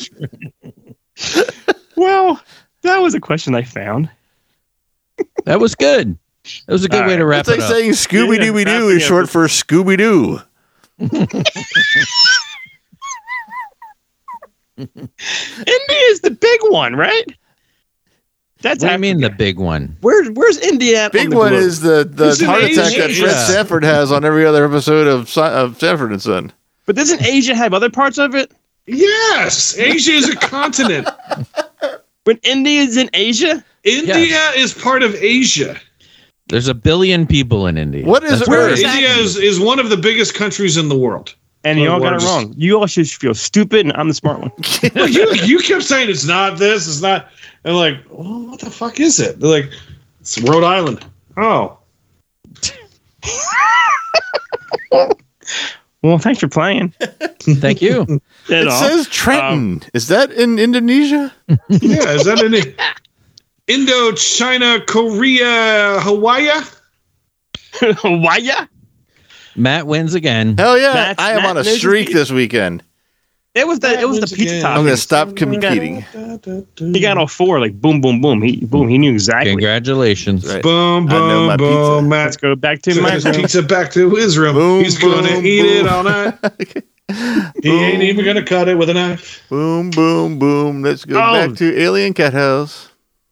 E: well, that was a question I found.
A: That was good. That was a good
E: All
A: way to wrap
C: It's like
A: it up.
C: saying Scooby Doo
E: Yeah,
C: Doo is
E: yeah.
C: short for Scooby Doo.
E: India is the big one, right? That's
A: what do you
E: Africa.
A: mean the big one?
E: Where, where's India? At
C: Big
E: on the
C: one
E: globe?
C: is the, the
B: It's in
C: heart attack
B: Asia.
C: that Fred
A: Yeah.
C: Sanford has on every other episode of, Si- of Sanford and Son.
E: But doesn't Asia have other parts of it?
B: Yes. Asia is a continent.
E: When India is in Asia,
B: India is part of Asia.
A: There's a billion people in India.
C: What is
A: That's
C: Where
B: Where
C: is
A: right.
B: India is, is one of the biggest countries in the world.
E: and you
B: Well,
E: all got it
B: we're
E: wrong. You all should feel stupid, and I'm the smart one.
B: Like, you, you kept saying it's not this, it's not. And like, well, what the fuck is it? They're like, it's Rhode Island. Oh,
E: Well, thanks for playing.
A: Thank you.
E: That's
C: It
E: all.
C: says Trenton. is that in Indonesia?
B: yeah. Is that in Indo, China, Korea, Hawaii?
E: Why yeah?
A: Matt wins again.
C: Hell yeah.
E: That's
C: I am
E: not
C: on a
E: Indonesia.
C: streak this weekend.
E: It was the it was the pizza
B: Again.
E: top.
C: I'm going to stop competing.
E: He got all four, like boom, boom, boom. He boom. He knew exactly.
A: Congratulations.
C: Right.
B: Boom,
C: I know my
B: boom, boom.
E: Let's
B: Matt's
E: go back to
B: took
E: my
B: his
E: room.
B: pizza back to his room.
C: Boom,
B: He's going to
C: boom,
B: eat
C: boom.
B: it all night. He ain't even going to cut it with a knife.
C: Boom, boom, boom. Let's go
E: Oh.
C: back to Alien Cat House.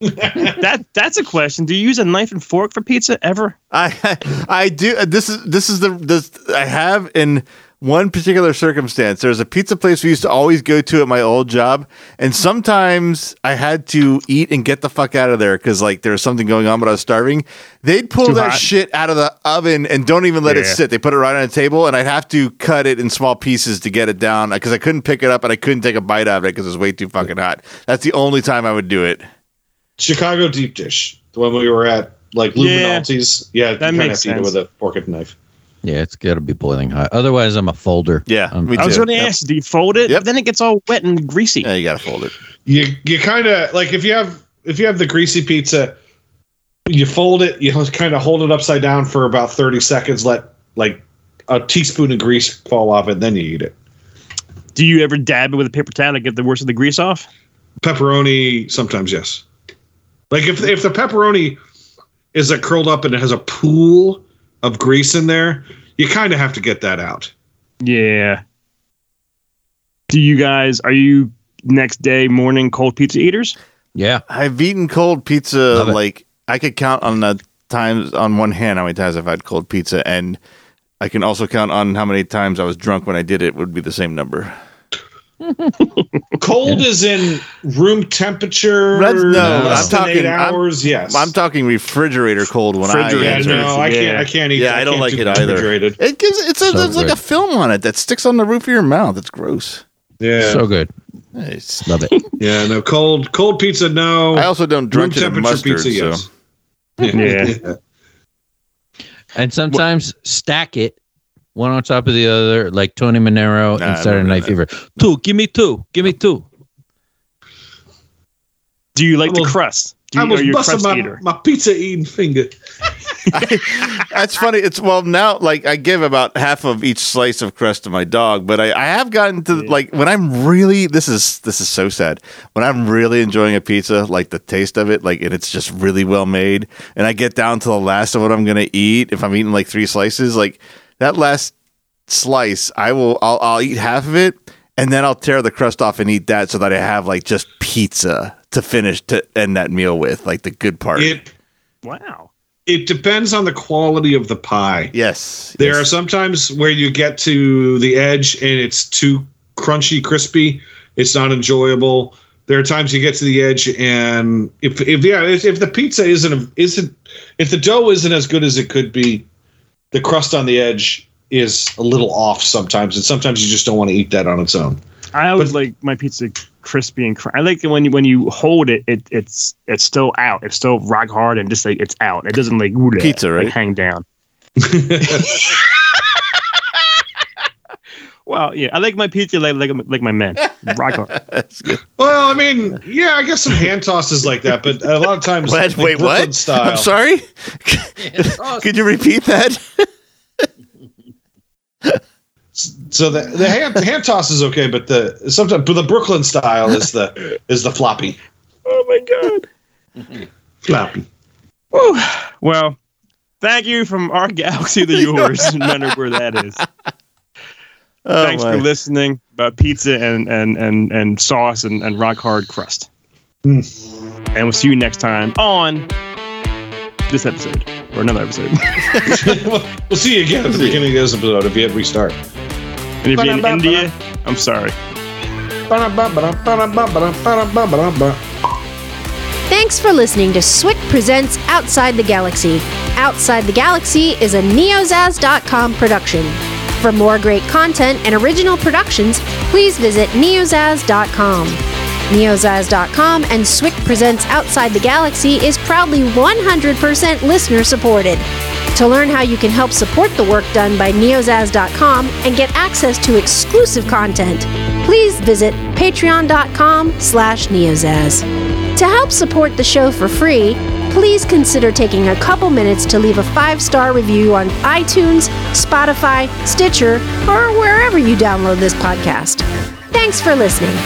E: That that's a question. Do you use a knife and fork for pizza ever?
C: I I do uh, this is this is the this I have in one particular circumstance. There's a pizza place we used to always go to at my old job, and sometimes I had to eat and get the fuck out of there because like there was something going on, but I was starving. They'd pull
E: Too
C: that
E: hot.
C: shit out of the oven and don't even let it
E: Yeah.
C: sit. They put it right on a table, and I'd have to cut it in small pieces to get it down because I couldn't pick it up and I couldn't take a bite out of it because it was way too fucking hot. That's the only time I would do it.
B: Chicago deep dish, the one we were at, like
E: Yeah.
B: Luminalties.
E: That
B: Yeah, you kinda
E: makes
B: have to eat it
E: sense.
B: with a fork and knife.
A: Yeah, it's got to be boiling hot. Otherwise, I'm a folder.
C: Yeah,
A: Um,
C: me
E: I was
C: too.
E: going to
C: Yep.
E: ask. Do you fold it?
C: Yep.
E: But Then it gets all wet and greasy.
C: Yeah, you gotta fold it.
B: You you kind of like if you have if you have the greasy pizza, you fold it, you kind of hold it upside down for about thirty seconds, let like a teaspoon of grease fall off it, then you eat it.
E: Do you ever dab it with a paper towel to get the worst of the grease off?
B: Pepperoni sometimes, yes. Like if if the pepperoni is like curled up and it has a pool of grease in there, you kind of have to get that out.
E: Yeah. Do you guys are you next day morning cold pizza eaters?
A: Yeah.
C: I've eaten cold pizza
A: Love it.
C: like I could count on the times on one hand how many times I've had cold pizza, and I can also count on how many times I was drunk when I did it. Would be the same number.
B: Cold is in room temperature.
C: That's- no,
B: less
A: I'm
B: than
C: talking-
B: eight
C: I'm-
B: hours. yes,
C: I'm talking refrigerator cold when I
B: Yeah,
E: Refrigerator.
C: answer.
B: no, I can't. I can't eat.
C: Yeah, I don't
B: can't
C: like
B: do
C: it either.
B: refrigerated.
C: It gives it's a,
A: So
C: there's like a
A: good.
C: film on it that sticks on the roof of your mouth. It's gross.
B: Yeah,
A: So good.
C: It's-
A: Love it.
B: yeah, no cold. Cold pizza, no.
C: I also don't
B: room
C: drink it in
B: temperature
C: mustard.
B: pizza,
C: so.
B: yes.
E: Yeah.
A: And sometimes stack it one on top of the other, like Tony Monero
C: Nah, I
A: and Saturday
C: don't
A: Night
C: do
A: Fever. Two, give me two, give me two.
E: Do you like
B: Well-
E: the crust? Do you,
B: I was
E: are you a
B: busting
E: crust
B: my,
E: eater?
B: my pizza eating finger.
C: That's funny. It's well now. Like I give about half of each slice of crust to my dog, but I, I have gotten to like when I'm really this is this is so sad. When I'm really enjoying a pizza, like the taste of it, like and it's just really well made, and I get down to the last of what I'm gonna eat. If I'm eating like three slices, like that last slice, I will I'll, I'll eat half of it, and then I'll tear the crust off and eat that, so that I have like just pizza to finish to end that meal with, like the good part.
B: It
E: Wow.
B: it depends on the quality of the pie.
C: Yes,
B: There are
C: yes.
B: sometimes where you get to the edge and it's too crunchy, crispy. It's not enjoyable. There are times you get to the edge and if if yeah if, if the pizza isn't isn't if the dough isn't as good as it could be, the crust on the edge is a little off sometimes, and sometimes you just don't want to eat that on its own.
E: I always like my pizza crispy and cr- I like it when you, when you hold it, it it's it's still out. It's still rock hard and just like it's out. It doesn't like ooh,
C: Pizza,
E: like,
C: right?
E: hang down. well, yeah, I like my pizza like like like my men rock hard.
B: Well, I mean, yeah, I guess some hand tosses like that, but a lot of times
C: What?
B: like
C: Wait,
B: Brooklyn
C: what?
B: Style,
C: I'm sorry. Could you repeat that?
B: So the the hand, the hand toss is okay, but the sometimes but the Brooklyn style is the is the floppy
E: Oh my god.
B: floppy.
E: Whew. Well, thank you from our galaxy to yours, no matter where that is.
C: Oh,
E: Thanks
C: my.
E: for listening about pizza and and and and sauce and, and rock hard crust. And we'll see you next time on this episode or another episode.
B: we'll, we'll see you again at the beginning of this episode if you hit restart.
E: and if you're in India, I'm sorry.
D: Thanks for listening to Swick Presents Outside the Galaxy. Outside the Galaxy is a neozaz.com production. For more great content and original productions, please visit neozaz.com. Neozaz.com and Swick Presents Outside the Galaxy is proudly 100% listener supported. To learn how you can help support the work done by neozaz.com and get access to exclusive content, please visit patreon.com slash neozaz. To help support the show for free, please consider taking a couple minutes to leave a five star review on iTunes, Spotify, Stitcher, or wherever you download this podcast. Thanks for listening.